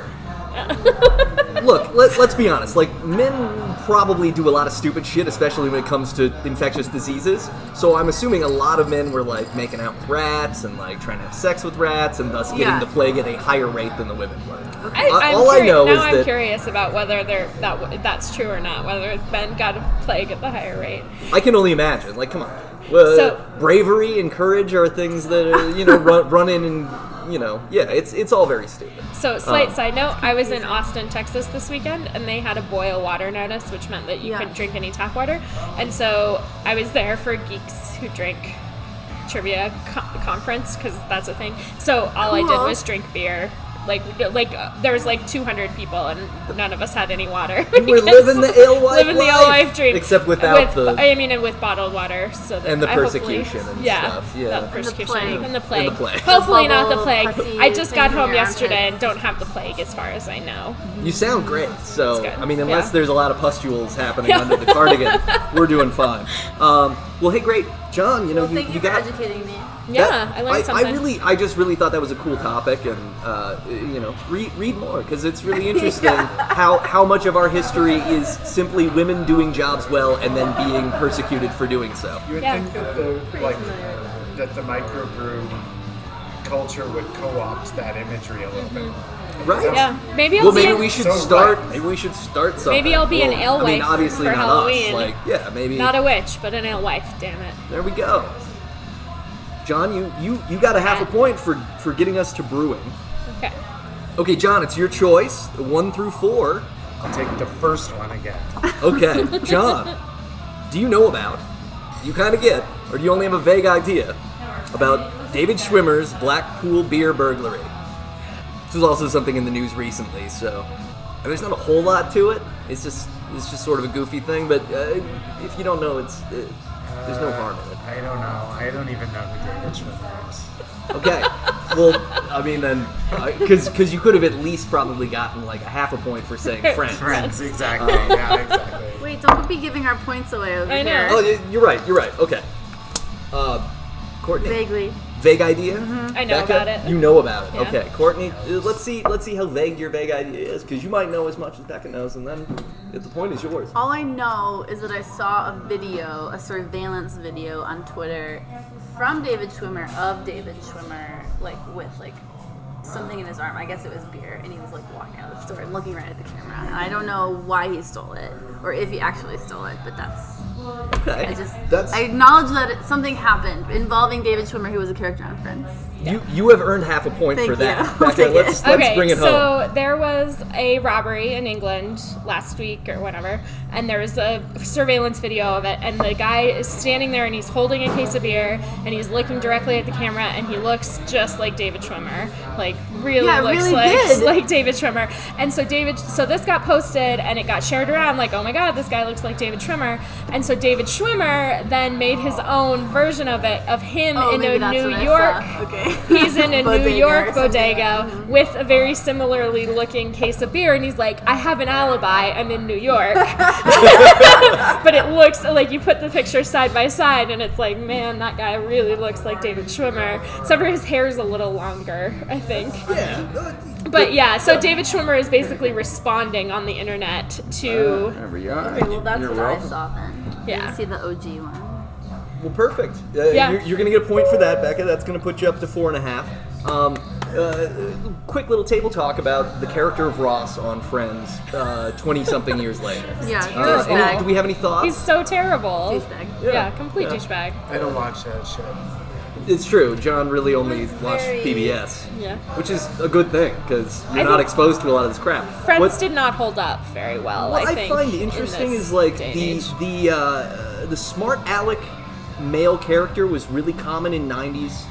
S1: Look, let, let's be honest. Like, men probably do a lot of stupid shit, especially when it comes to infectious diseases. So I'm assuming a lot of men were, like, making out with rats and, like, trying to have sex with rats and thus getting
S3: Yeah.
S1: the plague at a higher rate than the women were.
S4: I,
S1: Uh,
S4: I'm
S1: all I
S4: curi-
S1: know
S4: now
S1: is
S4: I'm
S1: that-
S4: curious about whether they're, that w- that's true or not. Whether Ben got a plague at the higher rate.
S1: I can only imagine. Like, come on. Well,
S4: So-
S1: bravery and courage are things that, uh, you know, run, run in and, you know, yeah, it's, it's all very stupid.
S4: So, slight
S1: Um,
S4: side note: I was in Austin, Texas this weekend, and they had a boil water notice, which meant that you
S3: Yeah.
S4: couldn't drink any tap water. And so, I was there for geeks who drink trivia co- conference because that's a thing. So, all I did
S3: Cool.
S4: was drink beer. Like, like uh, there was like 200 people, and none of us had any water.
S1: We're
S4: because-
S1: living the alewife
S4: living the
S1: life.
S4: alewife dream,
S1: Except without
S4: With-
S1: the-
S4: I mean, and with bottled water, so that
S1: And the
S4: I hopefully-
S1: persecution and
S4: yeah,
S1: stuff, yeah.
S4: the
S1: And the
S4: persecution
S3: plague.
S4: and the
S1: the
S4: plague.
S1: plague.
S4: Hopefully not the
S3: Bubble,
S4: plague.
S3: pussy,
S4: I just got
S3: things in
S4: home
S3: your
S4: yesterday
S3: armpits.
S4: and don't have the plague as far as I know.
S1: You sound great. So,
S4: That's good.
S1: I mean, unless
S4: Yeah.
S1: there's a lot of pustules happening under the cardigan, we're doing fine. Um, well, hey, great. John, you know,
S3: Well,
S1: you,
S3: thank you,
S1: you
S3: for
S1: got.
S3: educating me.
S4: Yeah,
S1: that-
S4: I learned something.
S1: I really, I just really thought that was a cool topic, and uh, you know, read, read more because it's really interesting how how much of our history is simply women doing jobs well and then being persecuted for doing so.
S2: You would
S4: Yeah.
S2: think that the like that the microbrew culture would co-opt that imagery a little bit.
S1: Right.
S4: Yeah, maybe I'll
S1: Well,
S4: be
S1: maybe
S4: an-
S1: we should
S2: So
S1: start.
S2: what?
S1: Maybe we should start something.
S4: Maybe I'll be an
S1: Well, I mean,
S4: alewife
S1: obviously
S4: for
S1: not
S4: Halloween.
S1: us. Like, yeah, maybe
S4: not a witch, but an alewife. Damn it!
S1: There we go. John, you you you got a half a point for for getting us to brewing.
S4: Okay,
S1: Okay, John, it's your choice. One through four.
S2: I'll take the first one again.
S1: Okay, John, do you know about? do You kind of get, or do you only have a vague idea about David Schwimmer's Blackpool beer burglary? This was also something in the news recently, so and there's not a whole lot to it. It's just it's just sort of a goofy thing, but uh, if you don't know, it's it, there's no harm in it.
S2: I don't know. I don't even know who David Schwimmer is.
S1: Okay. Well, I mean, then, because because you could have at least probably gotten like a half a point for saying French.
S2: Friends, exactly. Oh, yeah, exactly.
S3: Wait, don't be giving our points away over
S4: I know.
S1: Oh,
S3: here.
S1: y- you're right. You're right. Okay. Uh, Courtney, vague,
S3: Vaguely.
S1: idea.
S4: Mm-hmm. I know
S1: Becca,
S4: about it.
S1: You know about it.
S4: Yeah.
S1: Okay, Courtney. uh, Let's see. Let's see how vague your vague idea is, because you might know as much as Becca knows, and then if the point is yours.
S3: All I know is that I saw a video, a surveillance video on Twitter from David Schwimmer of David Schwimmer, like with like something in his arm. I guess it was beer, and he was like walking out of the store and looking right at the camera. And I don't know why he stole it or if he actually stole it, but that's
S1: Okay.
S3: I just
S1: That's
S3: I acknowledge that it, something happened involving David Schwimmer, who was a character on Friends.
S1: You you have earned half a point
S3: Thank
S1: for that.
S3: you.
S1: Becca, let's let's
S4: okay,
S1: bring it home.
S4: so there was a robbery in England last week or whatever, and there was a surveillance video of it, and the guy is standing there and he's holding a case of beer and he's looking directly at the camera and he looks just like David Schwimmer, like really
S3: Yeah,
S4: looks
S3: really
S4: like
S3: did.
S4: like David Schwimmer. And so David, so this got posted and it got shared around like, oh my God, this guy looks like David Schwimmer. And so David Schwimmer then made his own version of it of him
S3: Oh,
S4: in
S3: maybe
S4: a
S3: that's
S4: New
S3: what I
S4: York.
S3: saw. Okay.
S4: He's in a New
S3: Bodega
S4: York
S3: or something. Mm-hmm.
S4: bodega with a very similarly looking case of beer, and he's like, "I have an alibi. I'm in New York." but it looks like you put the pictures side by side, and it's like, man, that guy really looks like David Schwimmer. Except for his hair's a little longer, I think.
S1: Yeah.
S4: But yeah, so David Schwimmer is basically responding on the internet
S1: Uh,
S4: to
S5: Whenever you are.
S3: Okay, well, that's
S5: you're
S3: what
S5: welcome.
S3: I saw then.
S4: Yeah.
S3: You see the OG one.
S1: Well, perfect. Uh,
S4: Yeah.
S1: you're, you're going to get a point for that, Becca. That's going to put you up to four and a half. Um, uh, quick little table talk about the character of Ross on Friends, uh, twenty-something years later.
S3: Yeah,
S1: Uh, any-
S3: douchebag.
S1: do we have any thoughts?
S4: he's so terrible.
S3: Douchebag.
S4: Yeah,
S1: Yeah,
S4: complete
S1: yeah.
S4: douchebag.
S2: I don't watch that shit.
S1: It's true. John really only
S3: It's
S1: watched
S3: very-
S1: PBS,
S4: Yeah.
S1: which is a good thing because you're
S4: I
S1: not
S4: think-
S1: exposed to a lot of this crap.
S4: Friends
S1: What-
S4: did not hold up very well.
S1: What
S4: I
S1: I,
S4: think.
S1: find
S4: in
S1: interesting
S4: this
S1: is like
S4: day and
S1: the
S4: age.
S1: the uh, the smart aleck male character was really common in '90s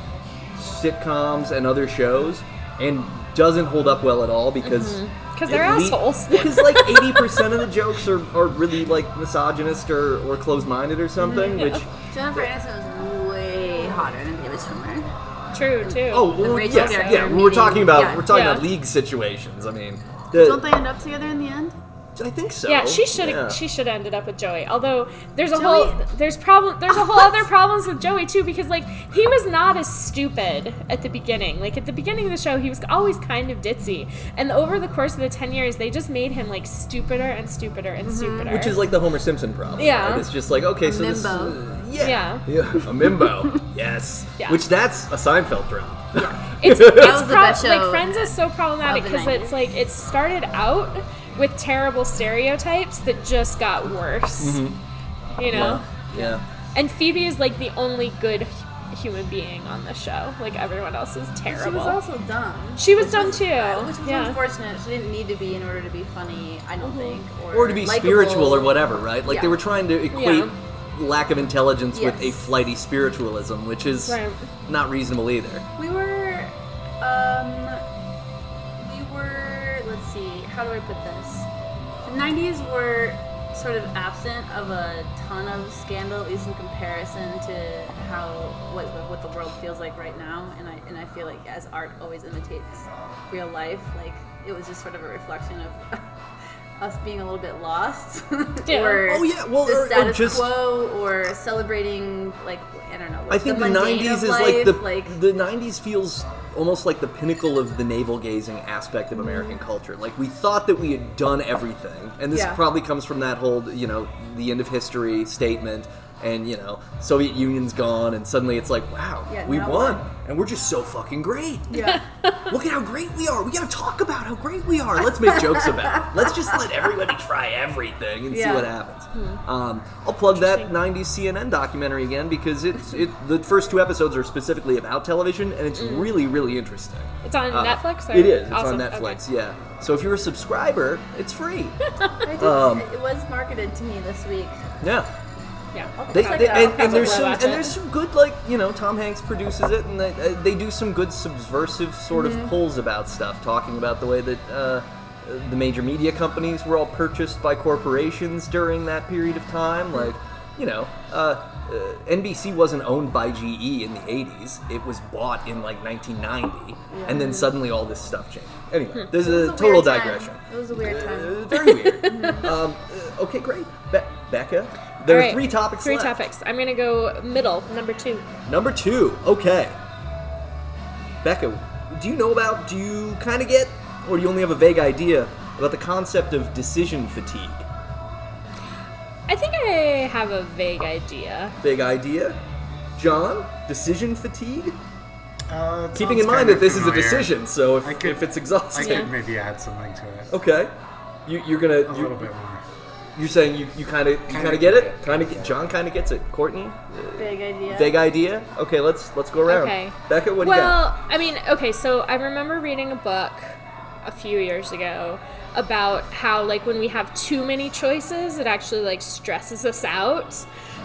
S1: sitcoms and other shows, and doesn't hold up well at all because
S4: Mm-hmm. 'Cause
S1: it
S4: they're
S1: le-
S4: assholes.
S1: Because like eighty percent of the jokes are, are really like misogynist or, or closed minded or something.
S4: Mm-hmm.
S1: Which
S3: Jennifer Aniston was way hotter than David Schwimmer.
S4: True too.
S1: oh well,
S3: Rachel
S1: yes,
S3: character
S1: yeah, we're
S3: meeting-
S1: talking about
S3: yeah.
S1: we're talking
S4: Yeah.
S1: about league situations. I mean,
S3: Don't
S1: the,
S3: they end up together in the end?
S1: I think so.
S4: Yeah, she should have.
S1: Yeah.
S4: She should have ended up with Joey. Although there's a
S3: Joey-
S4: whole there's problem there's a whole other problems with Joey too because like he was not as stupid at the beginning. Like at the beginning of the show, he was always kind of ditzy, and over the course of the ten years, they just made him like stupider and stupider and stupider.
S1: Mm-hmm. Which is like the Homer Simpson problem.
S4: Yeah.
S1: right? It's just like, okay, so this. uh,
S3: mimbo.
S1: yeah.
S4: Yeah.
S1: A mimbo. yes.
S4: Yeah.
S1: Which that's a Seinfeld problem.
S4: it's,
S3: That
S4: it's
S3: was the
S4: pro-
S3: best
S4: like
S3: show
S4: Friends is so problematic
S3: of the
S4: because
S3: 90s.
S4: it's like it started out with terrible stereotypes that just got worse. You know.
S1: Mm-hmm. Yeah.
S4: And Phoebe is like the only good hu- human being on the show. Like everyone else is terrible.
S3: She was also dumb.
S4: She was dumb too.
S3: Which was
S4: yeah.
S3: unfortunate. She didn't need to be in order to be funny, I don't think. Or,
S1: Or to be
S3: Mm-hmm. likable.
S1: spiritual or whatever, right? Like they
S3: Yeah.
S1: were trying to equate lack of intelligence with a
S3: Yes.
S1: flighty spiritualism, which is
S4: Right.
S1: not reasonable either.
S3: We were, um, we were. Let's see. How do I put this? The '90s were sort of absent of a ton of scandal, at least in comparison to how what what the world feels like right now. And I and I feel like as art always imitates real life, like it was just sort of a reflection of. Us being a little bit lost,
S4: Yeah.
S3: or
S1: Oh, yeah, well,
S3: the
S1: or- or
S3: status
S1: just-
S3: quo, or celebrating like I don't know.
S1: I think the,
S3: mundane of
S1: 90s is like
S3: life,
S1: the
S3: like
S1: the 90s feels almost like the pinnacle of the navel gazing aspect of American culture. Like we thought that we had done everything, and this
S3: Mm-hmm. Yeah.
S1: probably comes from that whole you know the end of history statement, and you know Soviet Union's gone, and suddenly it's like wow
S3: Yeah,
S1: we
S3: now
S1: won,
S3: what?
S1: and we're just so fucking great.
S3: yeah.
S1: Look at how great we are. We gotta talk about how great we are. Let's make jokes about it. Let's just let everybody try everything and see
S3: Yeah.
S1: what happens. Um, I'll plug that 90s CNN documentary again because it's it. The first two episodes are specifically about television and it's really really interesting.
S4: Mm. It's on
S1: Uh,
S4: Netflix. Or?
S1: It is. It's
S4: Awesome.
S1: on
S4: Okay.
S1: Netflix. Yeah. So if you're a subscriber, it's free.
S3: I did,
S1: Um,
S3: it was marketed to me this week.
S1: yeah.
S4: Yeah.
S1: They,
S3: Check
S1: they-
S3: it out.
S1: and, and there's
S4: Probably
S1: some
S4: watch
S1: and
S4: it.
S1: there's some good like you know Tom Hanks produces it and they, uh, they do some good subversive sort
S3: Mm-hmm.
S1: of pulls about stuff talking about the way that uh, the major media companies were all purchased by corporations during that period of time
S3: Mm-hmm.
S1: like you know uh, uh, NBC wasn't owned by GE in the 80s it was bought in like 1990 and then suddenly all this stuff changed anyway there's
S3: It
S1: a
S3: was Hmm. a
S1: total
S3: weird time.
S1: digression
S3: It was a weird
S1: uh,
S3: time.
S1: very weird um, uh, okay great Be- Becca there
S4: All
S1: are
S4: right.
S1: three topics
S4: Three
S1: left.
S4: topics. I'm gonna go middle number two.
S1: Number two, okay. Becca, do you know about, do you kind of get, or do you only have a vague idea about the concept of decision fatigue?
S4: I think I have a vague idea.
S1: Big idea? John, decision fatigue?
S2: Uh, it
S1: Keeping
S2: sounds
S1: in mind
S2: kinda
S1: that this
S2: familiar.
S1: is a decision, so
S2: I
S1: if,
S2: could-
S1: if it's
S2: I
S1: exhausting.
S4: Yeah.
S2: could maybe add something to it.
S1: Okay. You, you're gonna.
S2: A
S1: you-
S2: little bit more.
S1: You're saying you, you kind of you
S2: Kinda
S1: kind of get it.
S2: get it.
S1: Kind of get John kind of gets it. Courtney,
S3: Big idea.
S1: vague idea. Okay, let's let's go around.
S4: Okay.
S1: Becca, what do you got?
S4: well, I mean, okay, so I remember reading a book a few years ago about how like when we have too many choices, it actually like stresses us out.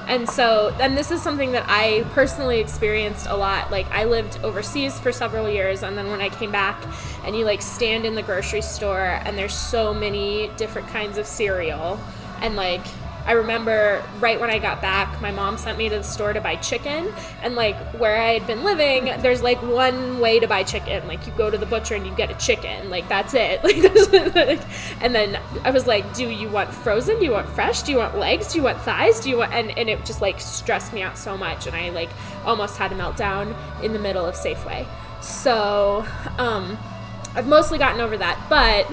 S4: And so, and this is something that I personally experienced a lot. Like, I lived overseas for several years, and then when I came back, and you like stand in the grocery store, and there's so many different kinds of cereal, and like I remember right when I got back, my mom sent me to the store to buy chicken. And like where I had been living, there's like one way to buy chicken. Like you go to the butcher and you get a chicken. Like that's it. Like, that's- like- and then I was like, do you want frozen? Do you want fresh? Do you want legs? Do you want thighs? Do you want? And, and it just like stressed me out so much. And I like almost had a meltdown in the middle of Safeway. So um, I've mostly gotten over that. But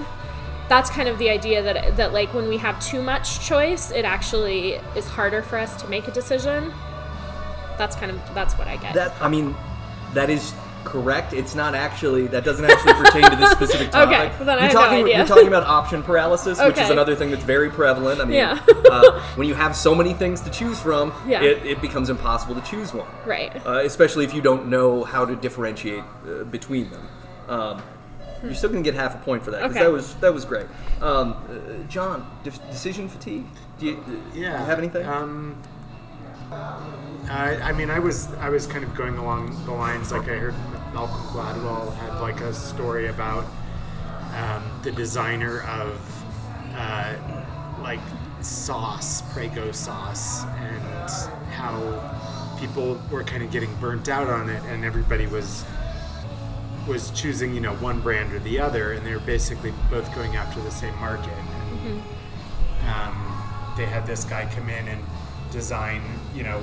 S4: that's kind of the idea that that like when we have too much choice, it actually is harder for us to make a decision. That's kind of that's what I get.
S1: That I mean, that is correct. It's not actually that doesn't actually pertain to this specific topic.
S4: Okay, well then I
S1: you're
S4: have no
S1: talking,
S4: idea.
S1: You're talking about option paralysis, which is
S4: Okay.
S1: another thing that's very prevalent. I mean,
S4: Yeah.
S1: uh, when you have so many things to choose from,
S4: Yeah.
S1: it, it becomes impossible to choose one.
S4: right.
S1: Uh, especially if you don't know how to differentiate uh, between them. Um, you're still gonna get half a point for that because
S4: Okay.
S1: that was that was great. Um, uh, John, de- decision fatigue. Do you, do you
S2: Yeah.
S1: have anything?
S2: Um, I, I mean, I was I was kind of going along the lines like I heard Malcolm Gladwell had like a story about um, the designer of uh, like sauce, Prego sauce, and how people were kind of getting burnt out on it, and everybody was was choosing you know one brand or the other, and they were basically both going after the same market. And, um, they had this guy come in and design, you know,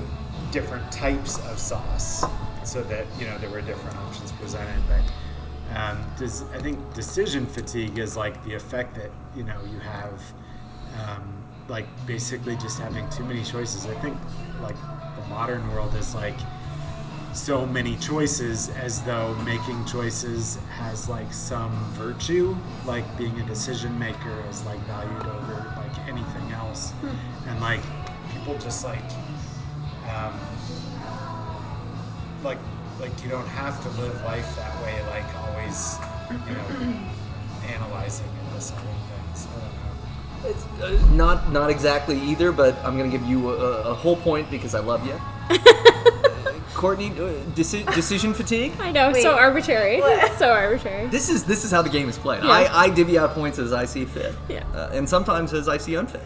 S2: different types of sauce so that, you know, there were different options presented. But um, des- I think decision fatigue is like the effect that, you know, you have, um, like basically just having too many choices. I think, like, the modern world is like, so many choices as though making choices has like some virtue like being a decision maker is like valued over like anything else and like people just like um, like like you don't have to live life that way like always you know analyzing and this kind of things I don't know.
S1: It's uh, not not exactly either, but I'm gonna give you a, a whole point because I love you. Courtney, uh, deci- decision fatigue.
S4: I know, so arbitrary. so arbitrary.
S1: This is this is how the game is played.
S4: Yeah.
S1: I, I divvy out points as I see fit,
S4: Yeah.
S1: uh, and sometimes as I see unfit.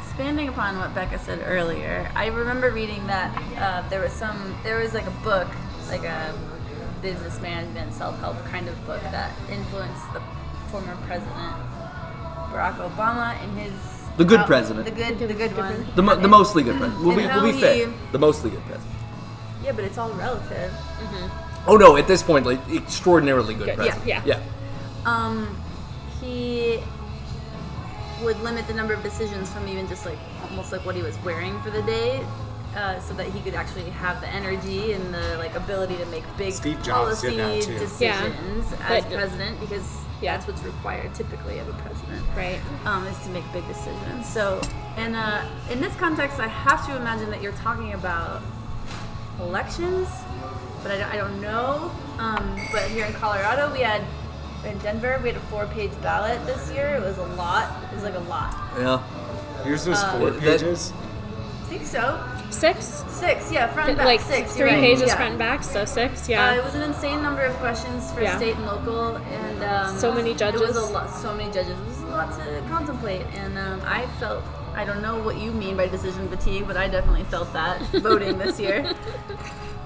S3: Expanding upon what Becca said earlier, I remember reading that uh, there was some, there was like a book, like a business management, self-help kind of book that influenced the former president Barack Obama and his
S1: The good
S3: how-
S1: president.
S3: the good, the good one,
S1: The, mo- the mostly good president. We'll be,
S3: And
S1: we'll be
S3: how
S1: fair.
S3: he-
S1: The mostly good president.
S3: Yeah, but it's all relative.
S1: Oh no! At this point, like extraordinarily good,
S4: Good,
S1: president.
S4: yeah,
S1: yeah.
S4: yeah.
S3: Um, he would limit the number of decisions from even just like almost like what he was wearing for the day, uh, so that he could actually have the energy and the like ability to make big
S2: Steve Jobs
S3: policy
S2: did that, too.
S3: decisions
S4: Yeah.
S3: as
S4: But-
S3: president because
S4: Yeah.
S3: that's what's required typically of a president
S4: Right.
S3: um, is to make big decisions. So, and uh, in this context, I have to imagine that you're talking about elections, but I don't, I don't know. Um, but here in Colorado, we had in Denver, we had a four-page ballot this year. It was a lot. It was like a lot.
S1: Yeah. Yeah.
S2: yours was four
S1: that-
S2: pages
S3: I think so.
S4: Six?
S3: Six, yeah, front and back.
S4: Like
S3: six, you're
S4: three
S3: right.
S4: pages
S3: yeah.
S4: front and back, so six,
S3: Uh, it
S4: yeah.
S3: was an insane number of questions for
S4: Yeah.
S3: state and local, and um,
S4: So many
S3: It was
S4: judges.
S3: a lot. So many judges. It was a lot to contemplate, and um, I felt. I don't know what you mean by decision fatigue, but I definitely felt that voting this year.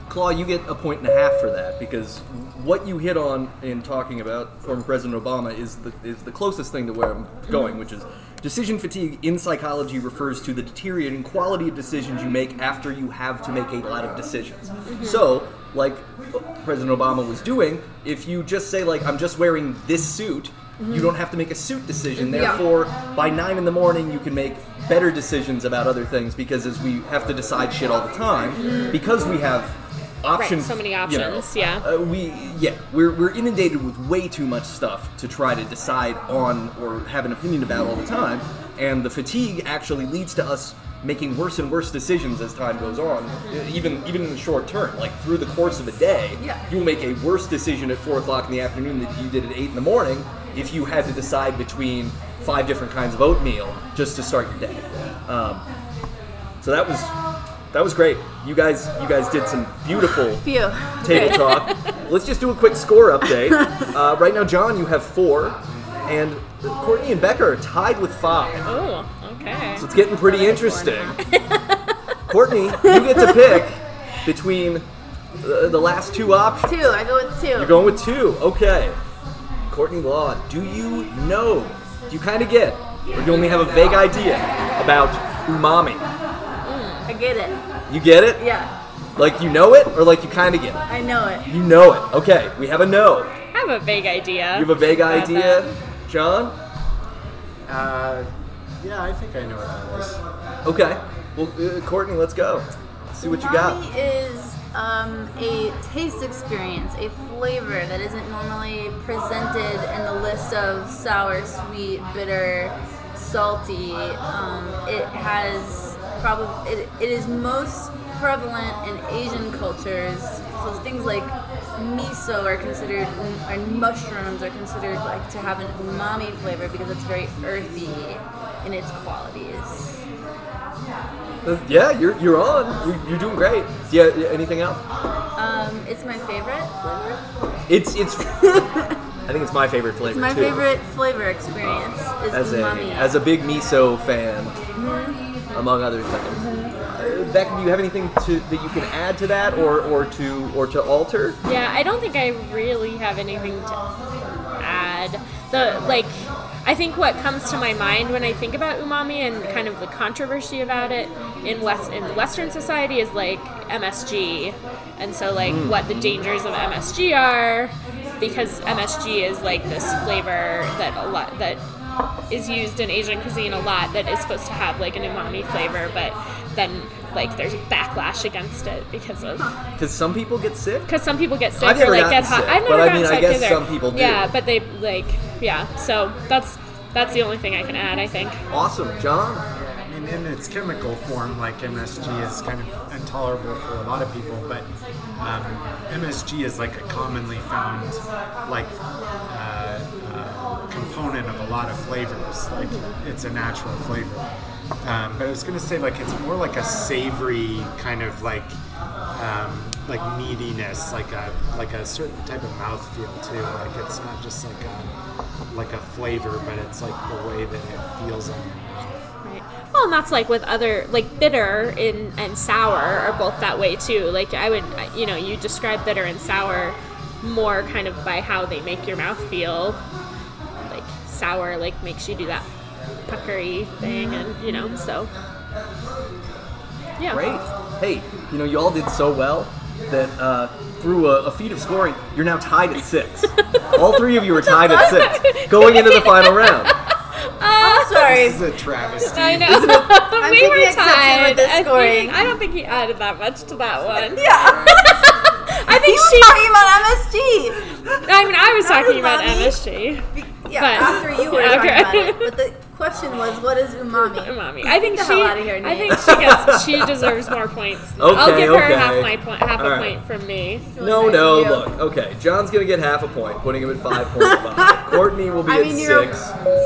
S1: Claw, you get a point and a half for that because what you hit on in talking about former President Obama is the is the closest thing to where I'm going, which is decision fatigue in psychology refers to the deteriorating quality of decisions you make after you have to make a lot of decisions. So, like President Obama was doing, if you just say like I'm just wearing this suit, you don't have to make a suit decision.
S3: Yeah.
S1: Therefore, by nine in the morning, you can make better decisions about other things because as we have to decide shit all the time, because we have options.
S4: so many
S1: you know,
S4: options, yeah.
S1: uh, we yeah we're, we're inundated with way too much stuff to try to decide on or have an opinion about all the time, and the fatigue actually leads to us making worse and worse decisions as time goes on. e- Even even in the short term, like through the course of a day,
S3: Yeah.
S1: you'll make a worse decision at four o'clock in the afternoon than you did at eight in the morning if you had to decide between five different kinds of oatmeal just to start your day. Um, so that was that was great. You guys you guys did some beautiful
S3: Phew.
S1: table
S3: Okay.
S1: talk. Let's just do a quick score update. Uh, right now, John, you have four, and Courtney and Becca are tied with five.
S4: Oh, okay.
S1: So it's getting pretty interesting. Courtney, you get to pick between uh, the, the last two options.
S3: Two. I go with 2
S1: You're going with two. Okay. Courtney Law, do you know? Do you kind of get? Or do you only have a vague idea about umami?
S3: I get it.
S1: You get it?
S3: Yeah.
S1: Like you know it, or like you kind of get it?
S3: I know it.
S1: You know it. Okay, we have a no.
S4: I have a vague idea.
S1: You have a vague
S4: about
S1: idea,
S4: that.
S1: John?
S2: Uh, yeah, I think I know what that is.
S1: Okay. Well, uh, Courtney, let's go. Let's see what you got.
S3: Umami is um, a taste experience, a flavor that isn't normally presented in the list of sour, sweet, bitter, salty. Um, it has probably it, it is most prevalent in Asian cultures. So things like miso are considered, or mushrooms are considered like to have an umami flavor because it's very earthy in its qualities.
S1: Uh, yeah, you're you're on. You're, you're doing great. Yeah. yeah, Anything else?
S3: Um, it's my favorite flavor.
S1: It's it's. I think it's my favorite flavor
S3: It's my
S1: too.
S3: favorite flavor experience is
S1: As a
S3: umami.
S1: as a big miso fan,
S3: Mm-hmm.
S1: among other things. Uh, Becca, do you have anything to that you can add to that, or or to or to alter?
S4: Yeah, I don't think I really have anything to add. The like I think what comes to my mind when I think about umami and kind of the controversy about it in West in Western society is like MSG, and so like what the dangers of MSG are, because MSG is like this flavor that a lot that is used in Asian cuisine a lot that is supposed to have like an umami flavor, but then like there's backlash against it because of
S1: Because some people get sick.
S4: because some people get sick
S1: I've never
S4: or like
S1: gotten
S4: get hot.
S1: sick,
S4: I've never
S1: but I
S4: gotten
S1: mean, I
S4: sick
S1: guess
S4: either.
S1: some people do.
S4: Yeah, but they like yeah. So that's that's the only thing I can add. I think.
S1: Awesome, John.
S2: I mean, in its chemical form, like MSG is kind of intolerable for a lot of people, but um, MSG is like a commonly found like uh, uh, component of a lot of flavors. Like it's a natural flavor. Um, but I was gonna say like it's more like a savory kind of like um, like meatiness, like a like a certain type of mouthfeel too. Like it's not just like a like a flavor, but it's like the way that it feels on your mouth.
S4: Right. Well, and that's like with other like bitter in and sour are both that way too. Like I would you know you describe bitter and sour more kind of by how they make your mouth feel. Like sour like makes you do that puckery thing and you know so. Yeah.
S1: Great. Hey, you know you all did so well that uh, through a, a feat of scoring, you're now tied at six. all three of you are tied at six, going into the final round.
S3: Sorry,
S2: This is a travesty.
S4: I know. we
S3: taking
S4: were
S3: exception with
S4: tied.
S3: this
S4: I,
S3: scoring.
S4: think, I don't think he added that much to that one.
S3: Yeah.
S4: I think
S3: was
S4: she.
S3: talking about MSG.
S4: I mean, I was talking about
S3: umami.
S4: MSG.
S3: Be- Yeah,
S4: But-
S3: after you were
S4: yeah,
S3: talking
S4: okay.
S3: about it. But the question was, what is umami?
S4: Umami. I think
S3: Get the
S4: she.
S3: hell outta here,
S4: I
S3: Nate.
S4: think she gets. She deserves more points. I'll
S1: Okay,
S4: give her
S1: okay.
S4: half my point. Half
S1: All
S4: a
S1: right.
S4: point from me.
S1: No,
S3: Thank
S1: no,
S3: you.
S1: look. Okay, John's gonna get half a point, putting him at 5.5. Courtney will be
S3: I
S1: at
S3: mean, you
S1: 6.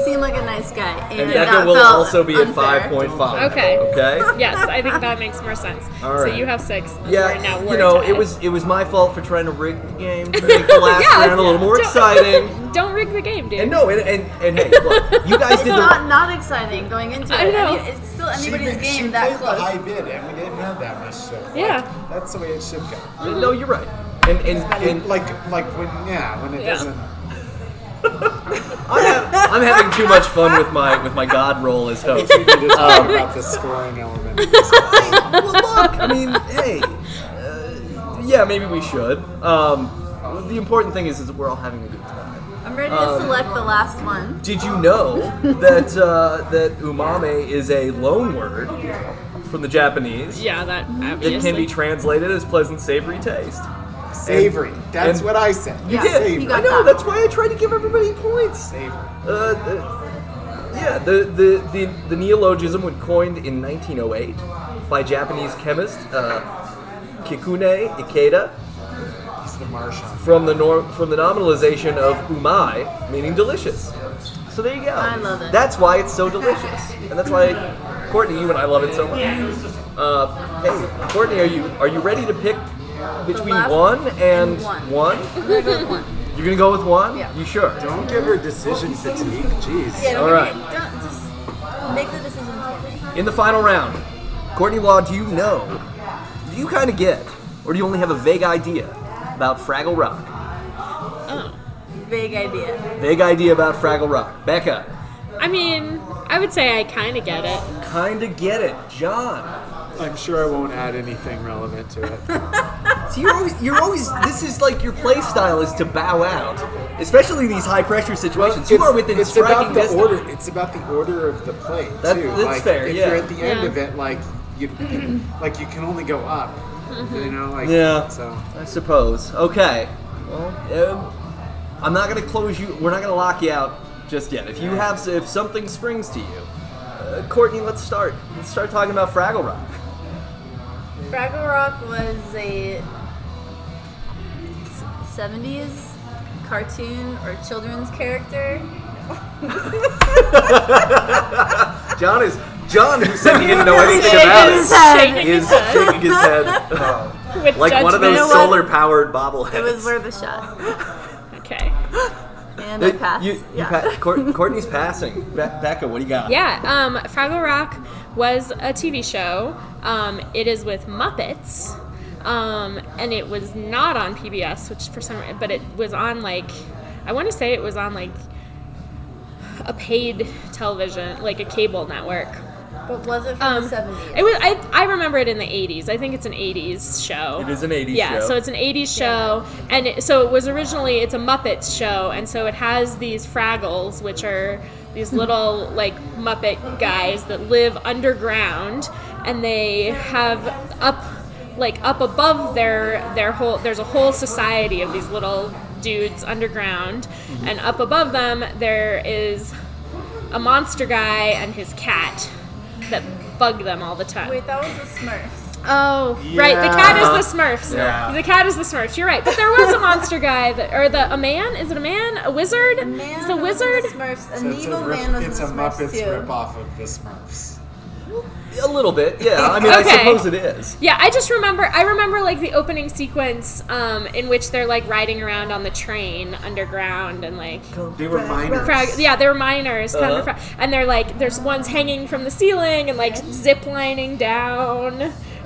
S3: seem like a nice guy, and,
S1: And
S3: that
S1: Becca will
S3: felt
S1: also be
S3: unfair.
S1: at 5.5.
S4: Okay.
S1: Okay?
S4: Yes, I think that makes more sense.
S1: All
S4: So
S1: right.
S4: you have six.
S1: Yeah,
S4: We're now
S1: you
S4: we're
S1: know,
S4: tied.
S1: it was it was my fault for trying to rig the game, to make the last round a little more
S4: Don't-
S1: exciting.
S4: Don't rig the game, dude.
S1: And no, and, and, and hey, look, you guys
S3: It's
S1: did the
S3: not not exciting going into it.
S4: I know.
S3: mean, it's still
S2: She
S3: anybody's
S2: did- she
S3: game that
S2: played the high
S3: close.
S2: bid, and we didn't have that much. So like,
S4: Yeah.
S2: that's the way it should go.
S1: no, you're right. And and,
S2: And
S1: and
S2: like, like when yeah, when it
S4: Yeah.
S1: Um,
S2: doesn't.
S1: I'm, ha- I'm having too much fun with my with my god role as host.
S2: We can just talk about the scoring element.
S1: well, look, I mean, hey, uh, yeah, maybe we should. Um, the important thing is, is that we're all having a good time.
S3: I'm ready to select the last one.
S1: Did you know that uh, that umame is a loan word from the Japanese
S4: Yeah, that obviously.
S1: that can be translated as pleasant savory taste.
S6: Savory. That's
S1: and-
S6: what I said.
S3: You
S1: You did.
S3: he got
S1: I know.
S3: that.
S1: That's why I tried to give everybody points.
S6: Savory.
S1: Uh, uh, yeah, the, the, the, the neologism was coined in 1908 by Japanese chemist uh, Kikune Ikeda
S6: He's the Martian.
S1: from the nor- from the nominalization of umai, meaning delicious. So there you go.
S3: I love it.
S1: That's why it's so delicious, and that's why Courtney, you and I love it so much. Uh, hey, Courtney, are you are you ready to pick between
S3: last
S1: one and one?
S3: one. I'm gonna go with one.
S1: You're gonna go with one?
S3: Yeah.
S1: You sure?
S2: Don't give her decision fatigue. Jeez.
S3: Yeah,
S1: All
S3: don't
S1: right.
S3: make it- don't- just make the decision for me.
S1: In the final round, Courtney Law, do you know? Do you kind of get, or do you only have a vague idea about Fraggle Rock?
S4: Oh.
S3: Vague idea.
S1: Vague idea about Fraggle Rock. Becca,
S4: I mean, I would say I kind of get it.
S1: kind of get it. John.
S2: I'm sure I won't add anything relevant to it.
S1: So you're always, you're always. This is like your play style is to bow out, especially in these high pressure situations. you are within
S6: it's
S1: striking
S6: about the
S1: distance.
S6: order. It's about the order of the play
S1: That-
S6: too.
S1: that's
S6: like,
S1: fair,
S6: If
S1: yeah.
S6: you're at the end
S4: Yeah.
S6: of it, like you, like you can only go up.
S4: Mm-hmm.
S6: You know, like
S1: Yeah.
S6: So
S1: I suppose. Okay. Well, um, I'm not gonna close you. We're not gonna lock you out just yet. If you have, if something springs to you, uh, Courtney, let's start. Let's start talking about Fraggle Rock.
S3: Fraggle Rock was a s- 70s cartoon or children's character.
S1: John is John, who said he didn't know anything
S4: Shaking
S1: about
S4: his
S1: it,
S4: head.
S1: is shaking his head
S4: With
S1: like one of
S4: judgment.
S1: those
S3: You know what?
S1: solar powered bobbleheads.
S3: It was worth a shot.
S4: Okay.
S3: And I
S1: They-
S3: passed.
S1: You, you
S3: yeah.
S1: pa- Court- Courtney's passing. Be- Becca, what do you got?
S4: Yeah, um, Fraggle Rock was a TV show. Um, it is with Muppets, um, and it was not on PBS, which for some, but it was on like, I want to say it was on like a paid television, like a cable network.
S3: but was it from
S4: Um,
S3: the 70s?
S4: It was. I, I remember it in the '80s. I think it's an '80s show.
S1: It is an 80s
S4: yeah,
S1: show.
S4: so it's an '80s show, and it, so it was originally it's a Muppets show, and so it has these Fraggles, which are these little like Muppet guys that live underground, and they have up like up above their their whole there's a whole society of these little dudes underground
S1: Mm-hmm.
S4: and up above them there is a monster guy and his cat that bug them all the time.
S3: Wait, that was the Smurfs.
S4: Oh, right. The cat is the Smurfs.
S1: Yeah.
S4: The cat is the Smurfs. You're right. But there was a monster guy, that, or the a man? Is it a man? A wizard?
S3: A man
S4: He's a
S3: was in
S4: wizard.
S3: The Smurfs. An
S6: So it's
S3: evil
S6: a, rip-
S3: man was
S6: it's
S3: in
S6: a
S3: the Smurfs
S6: Muppets
S3: too.
S6: ripoff of the Smurfs.
S1: A little bit, yeah. I mean, I
S4: Okay.
S1: suppose it is.
S4: Yeah, I just remember. I remember like the opening sequence um, in which they're like riding around on the train underground and like.
S6: They were minors.
S4: Frag- yeah, they're miners, kind of
S1: Uh-huh.
S4: fra- and they're like, there's ones hanging from the ceiling and like zip lining down,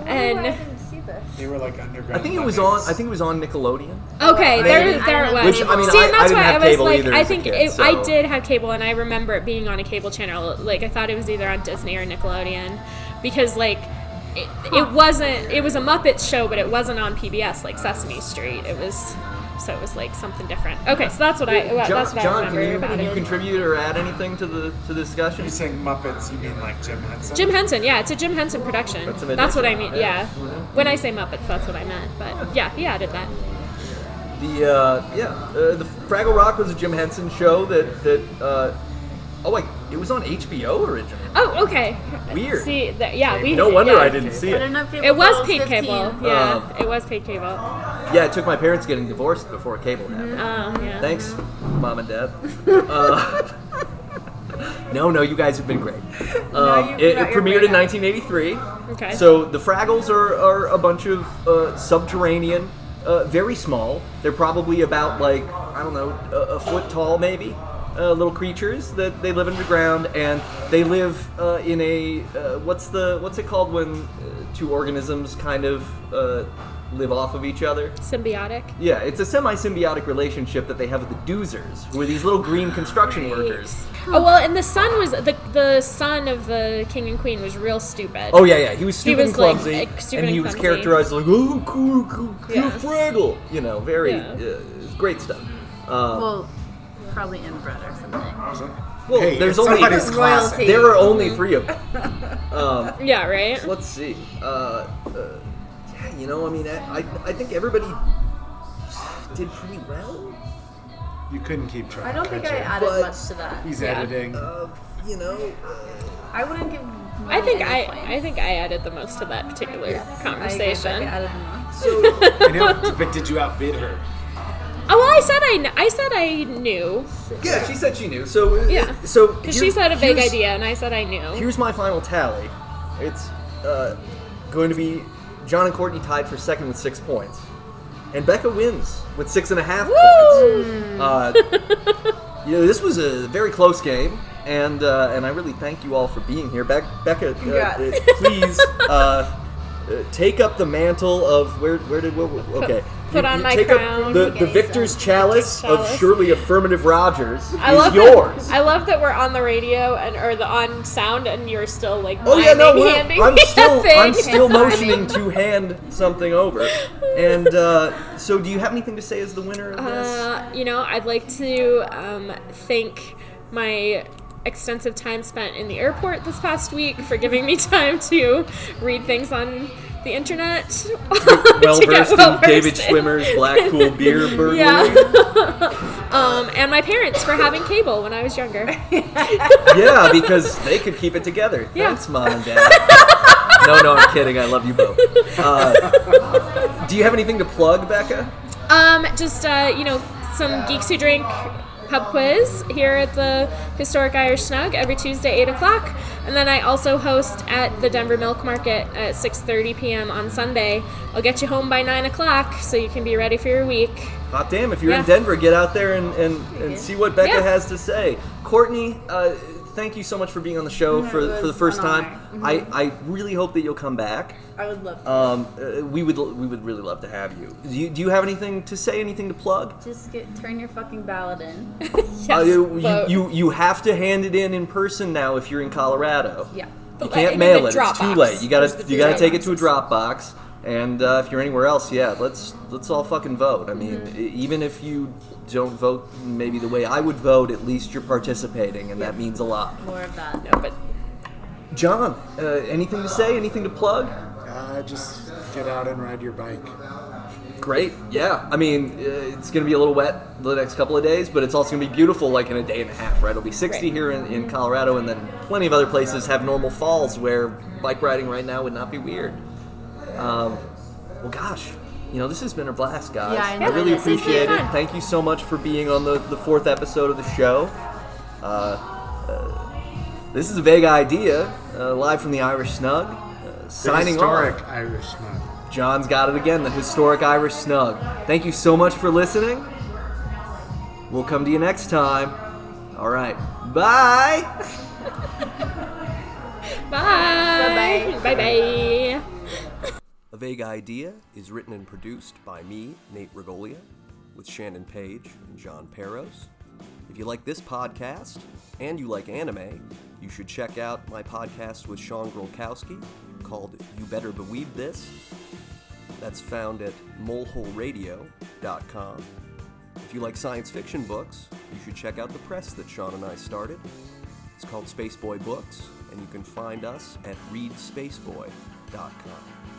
S4: and
S3: didn't see this.
S6: They were like underground.
S1: I think it was on.
S6: Muppets.
S1: I think it was on Nickelodeon.
S4: Okay, there,
S1: Maybe.
S4: there it was.
S1: Which, I mean,
S4: See,
S1: I-
S4: and
S1: I
S4: that's
S1: didn't
S4: why
S1: have
S4: I was
S1: cable
S4: like,
S1: either
S4: I
S1: as a
S4: think
S1: kid,
S4: it,
S1: so-
S4: I did have cable, and I remember it being on a cable channel. Like I thought it was either on Disney or Nickelodeon, because like it, it wasn't. It was a Muppet show, but it wasn't on PBS like Sesame Street. It was so it was like something different. Okay, so that's what I well,
S1: John,
S4: that's what I
S1: John
S4: remember
S1: can you,
S4: about
S1: can
S4: it.
S1: you contribute or add anything to the to the discussion?
S6: You're saying Muppets, you mean like Jim Henson?
S4: Jim Henson, yeah, it's a Jim Henson production.
S1: That's
S4: That's,
S1: an
S4: what I
S1: addition,
S4: mean.
S1: yeah.
S4: Yeah, when I say Muppets, that's what I meant. But yeah, he added that.
S1: The uh, yeah, uh, the Fraggle Rock was a Jim Henson show that that. Uh, oh wait, it was on HBO originally.
S4: Oh, okay.
S1: Weird.
S4: See, that, yeah, we.
S1: No wonder
S4: yeah.
S1: I didn't see
S3: I
S1: it.
S3: don't know if it,
S4: It was
S3: till
S4: paid
S3: 15.
S4: cable. Yeah,
S1: Um,
S4: it was paid cable.
S1: Yeah, it took my parents getting divorced before cable happened.
S4: Um, yeah.
S1: Thanks, mom and dad. Uh, no, no, you guys have been great. Um,
S3: you've
S1: it,
S3: got
S1: it
S3: your
S1: premiered in
S3: brand.
S1: 1983.
S4: Okay.
S1: So the Fraggles are, are a bunch of uh, subterranean, uh, very small. They're probably about like I don't know a, a foot tall, maybe. Uh, little creatures that they live underground and they live uh, in a uh, what's the what's it called when uh, two organisms kind of uh, live off of each other
S4: Symbiotic.
S1: yeah, it's a semi-symbiotic relationship that they have with the Doozers, who are these little green construction workers.
S4: Oh well, and the son was the the son of the king and queen was real stupid.
S1: Oh yeah, yeah. He was stupid
S4: was,
S1: and clumsy,
S4: like, like, stupid
S1: and he
S4: and
S1: was
S4: clumsy.
S1: characterized like oh, cool, cool, cool
S4: Yeah.
S1: Fraggle. You know, very
S4: Yeah.
S1: uh, great stuff. Uh,
S3: Well, probably inbred or something.
S6: Henson.
S1: Well,
S2: Hey,
S1: there's
S2: it's
S1: only
S2: somebody's classic.
S3: Royalty.
S1: there are
S4: Mm-hmm.
S1: only three of them.
S4: Yeah, right?
S1: Let's see. Uh, uh, yeah, you know, I mean, I, I, I think everybody did pretty well.
S2: You couldn't keep track.
S3: I don't think
S2: could
S3: I
S2: you?
S3: added
S1: But-
S3: much to that. Oh.
S2: He's
S4: Yeah.
S2: editing.
S1: Uh, you know, uh,
S3: I wouldn't give.
S4: I think
S3: mine
S4: I,
S3: any points.
S4: I think I added the most to that particular
S3: I,
S4: conversation.
S3: guess I added the most.
S2: I know, but did you outbid her?
S4: Oh well, I said I, kn- I said I knew
S1: yeah, she said she knew. So uh,
S4: Yeah.
S1: So
S4: because
S1: here-
S4: she said a vague
S1: here's-
S4: idea, and I said I knew.
S1: Here's my final tally. It's uh, going to be John and Courtney tied for second with six points, and Becca wins with six and a half
S4: Hmm.
S1: points. Uh, you know, this was a very close game, and uh, and I really thank you all for being here. Bec- Becca, uh,
S3: Congrats.
S1: uh, please. Uh, uh, Take up the mantle of where? Where did? What, okay.
S4: put on my
S1: take up
S4: crown.
S1: the, the victor's chalice of
S4: chalice.
S1: surely affirmative Rogers
S4: I
S1: is
S4: love
S1: yours.
S4: That, I love that we're on the radio and or the on sound, and you're still like
S1: Oh yeah, no,
S4: miming,
S1: we're-
S4: handing
S1: I'm
S4: me a
S1: still
S4: thing.
S1: I'm still
S3: Hand
S1: motioning to hand something over. And uh, so, do you have anything to say as the winner of this?
S4: Uh, you know, I'd like to um, thank my extensive time spent in the airport this past week for giving me time to read things on the internet. to
S1: well
S4: get
S1: versed in
S4: well-versed
S1: David
S4: in-
S1: Schwimmer's Black Cool Beer Burger.
S4: Yeah. um, and my parents for having cable when I was younger.
S1: Yeah, because they could keep it together.
S4: Yeah.
S1: Thanks, mom and dad. no, no, I'm kidding. I love you both. Uh, do you have anything to plug, Becca?
S4: Um, just uh, you know, some geeks who drink pub quiz here at the historic Irish Snug every Tuesday, eight o'clock, and then I also host at the Denver Milk Market at six thirty p.m. on Sunday. I'll get you home by nine o'clock, so you can be ready for your week.
S1: Hot damn! If you're in
S4: Yeah.
S1: Denver, get out there and, and, and see what Becca
S4: Yeah.
S1: has to say. Courtney, uh, thank you so much for being on the show
S3: Mm-hmm. It
S1: for, for the
S3: was
S1: first
S3: an
S1: time.
S3: honor. Mm-hmm.
S1: I, I really hope that you'll come back.
S3: I would love to.
S1: Um, uh, we would we would really love to have you. Do you, do you have anything to say? Anything to plug?
S3: Just get turn your fucking ballot in.
S4: Yes,
S1: Uh, you,
S4: vote.
S1: you you have to hand it in in person now if you're in Colorado.
S3: Yeah.
S1: You
S4: But let-
S1: can't
S4: in
S1: mail
S4: the
S1: it. It's
S4: Dropbox.
S1: too late. You gotta
S4: There's the
S1: you gotta
S4: Dropbox.
S1: take it to a Dropbox. And uh, if you're anywhere else, yeah, let's let's all fucking vote. I mean,
S4: Mm-hmm.
S1: e- even if you don't vote maybe the way I would vote, at least you're participating, and that means a lot.
S3: More of that.
S4: No, but
S1: John, uh, anything to say? Anything to plug?
S2: Uh, just get out and ride your bike.
S1: Great. Yeah. I mean, uh, it's going to be a little wet the next couple of days, but it's also going to be beautiful like in a day and a half, right? It'll be 60
S4: Right.
S1: here in, in Colorado, and then plenty of other places have normal falls where bike riding right now would not be weird. Um, well, gosh. You know, this has been a blast, guys.
S3: Yeah, I know.
S1: really
S3: This has been
S1: appreciate it.
S4: fun.
S1: Thank you so much for being on the, the fourth episode of the show. Uh, this is a vague idea, uh, live from the Irish Snug. Uh,
S2: The
S1: signing off.
S2: historic Irish month.
S1: John's got it again, the historic Irish snug. Thank you so much for listening. We'll come to you next time. All right. Bye.
S4: bye. Bye bye.
S7: A Vague Idea is written and produced by me, Nate Regolia, with Shannon Page and John Peros. If you like this podcast and you like anime, you should check out my podcast with Sean Grolkowski called You Better Believe This. That's found at moleholeradio.com. If you like science fiction books, you should check out the press that Sean and I started. It's called Spaceboy Books, and you can find us at readspaceboy.com.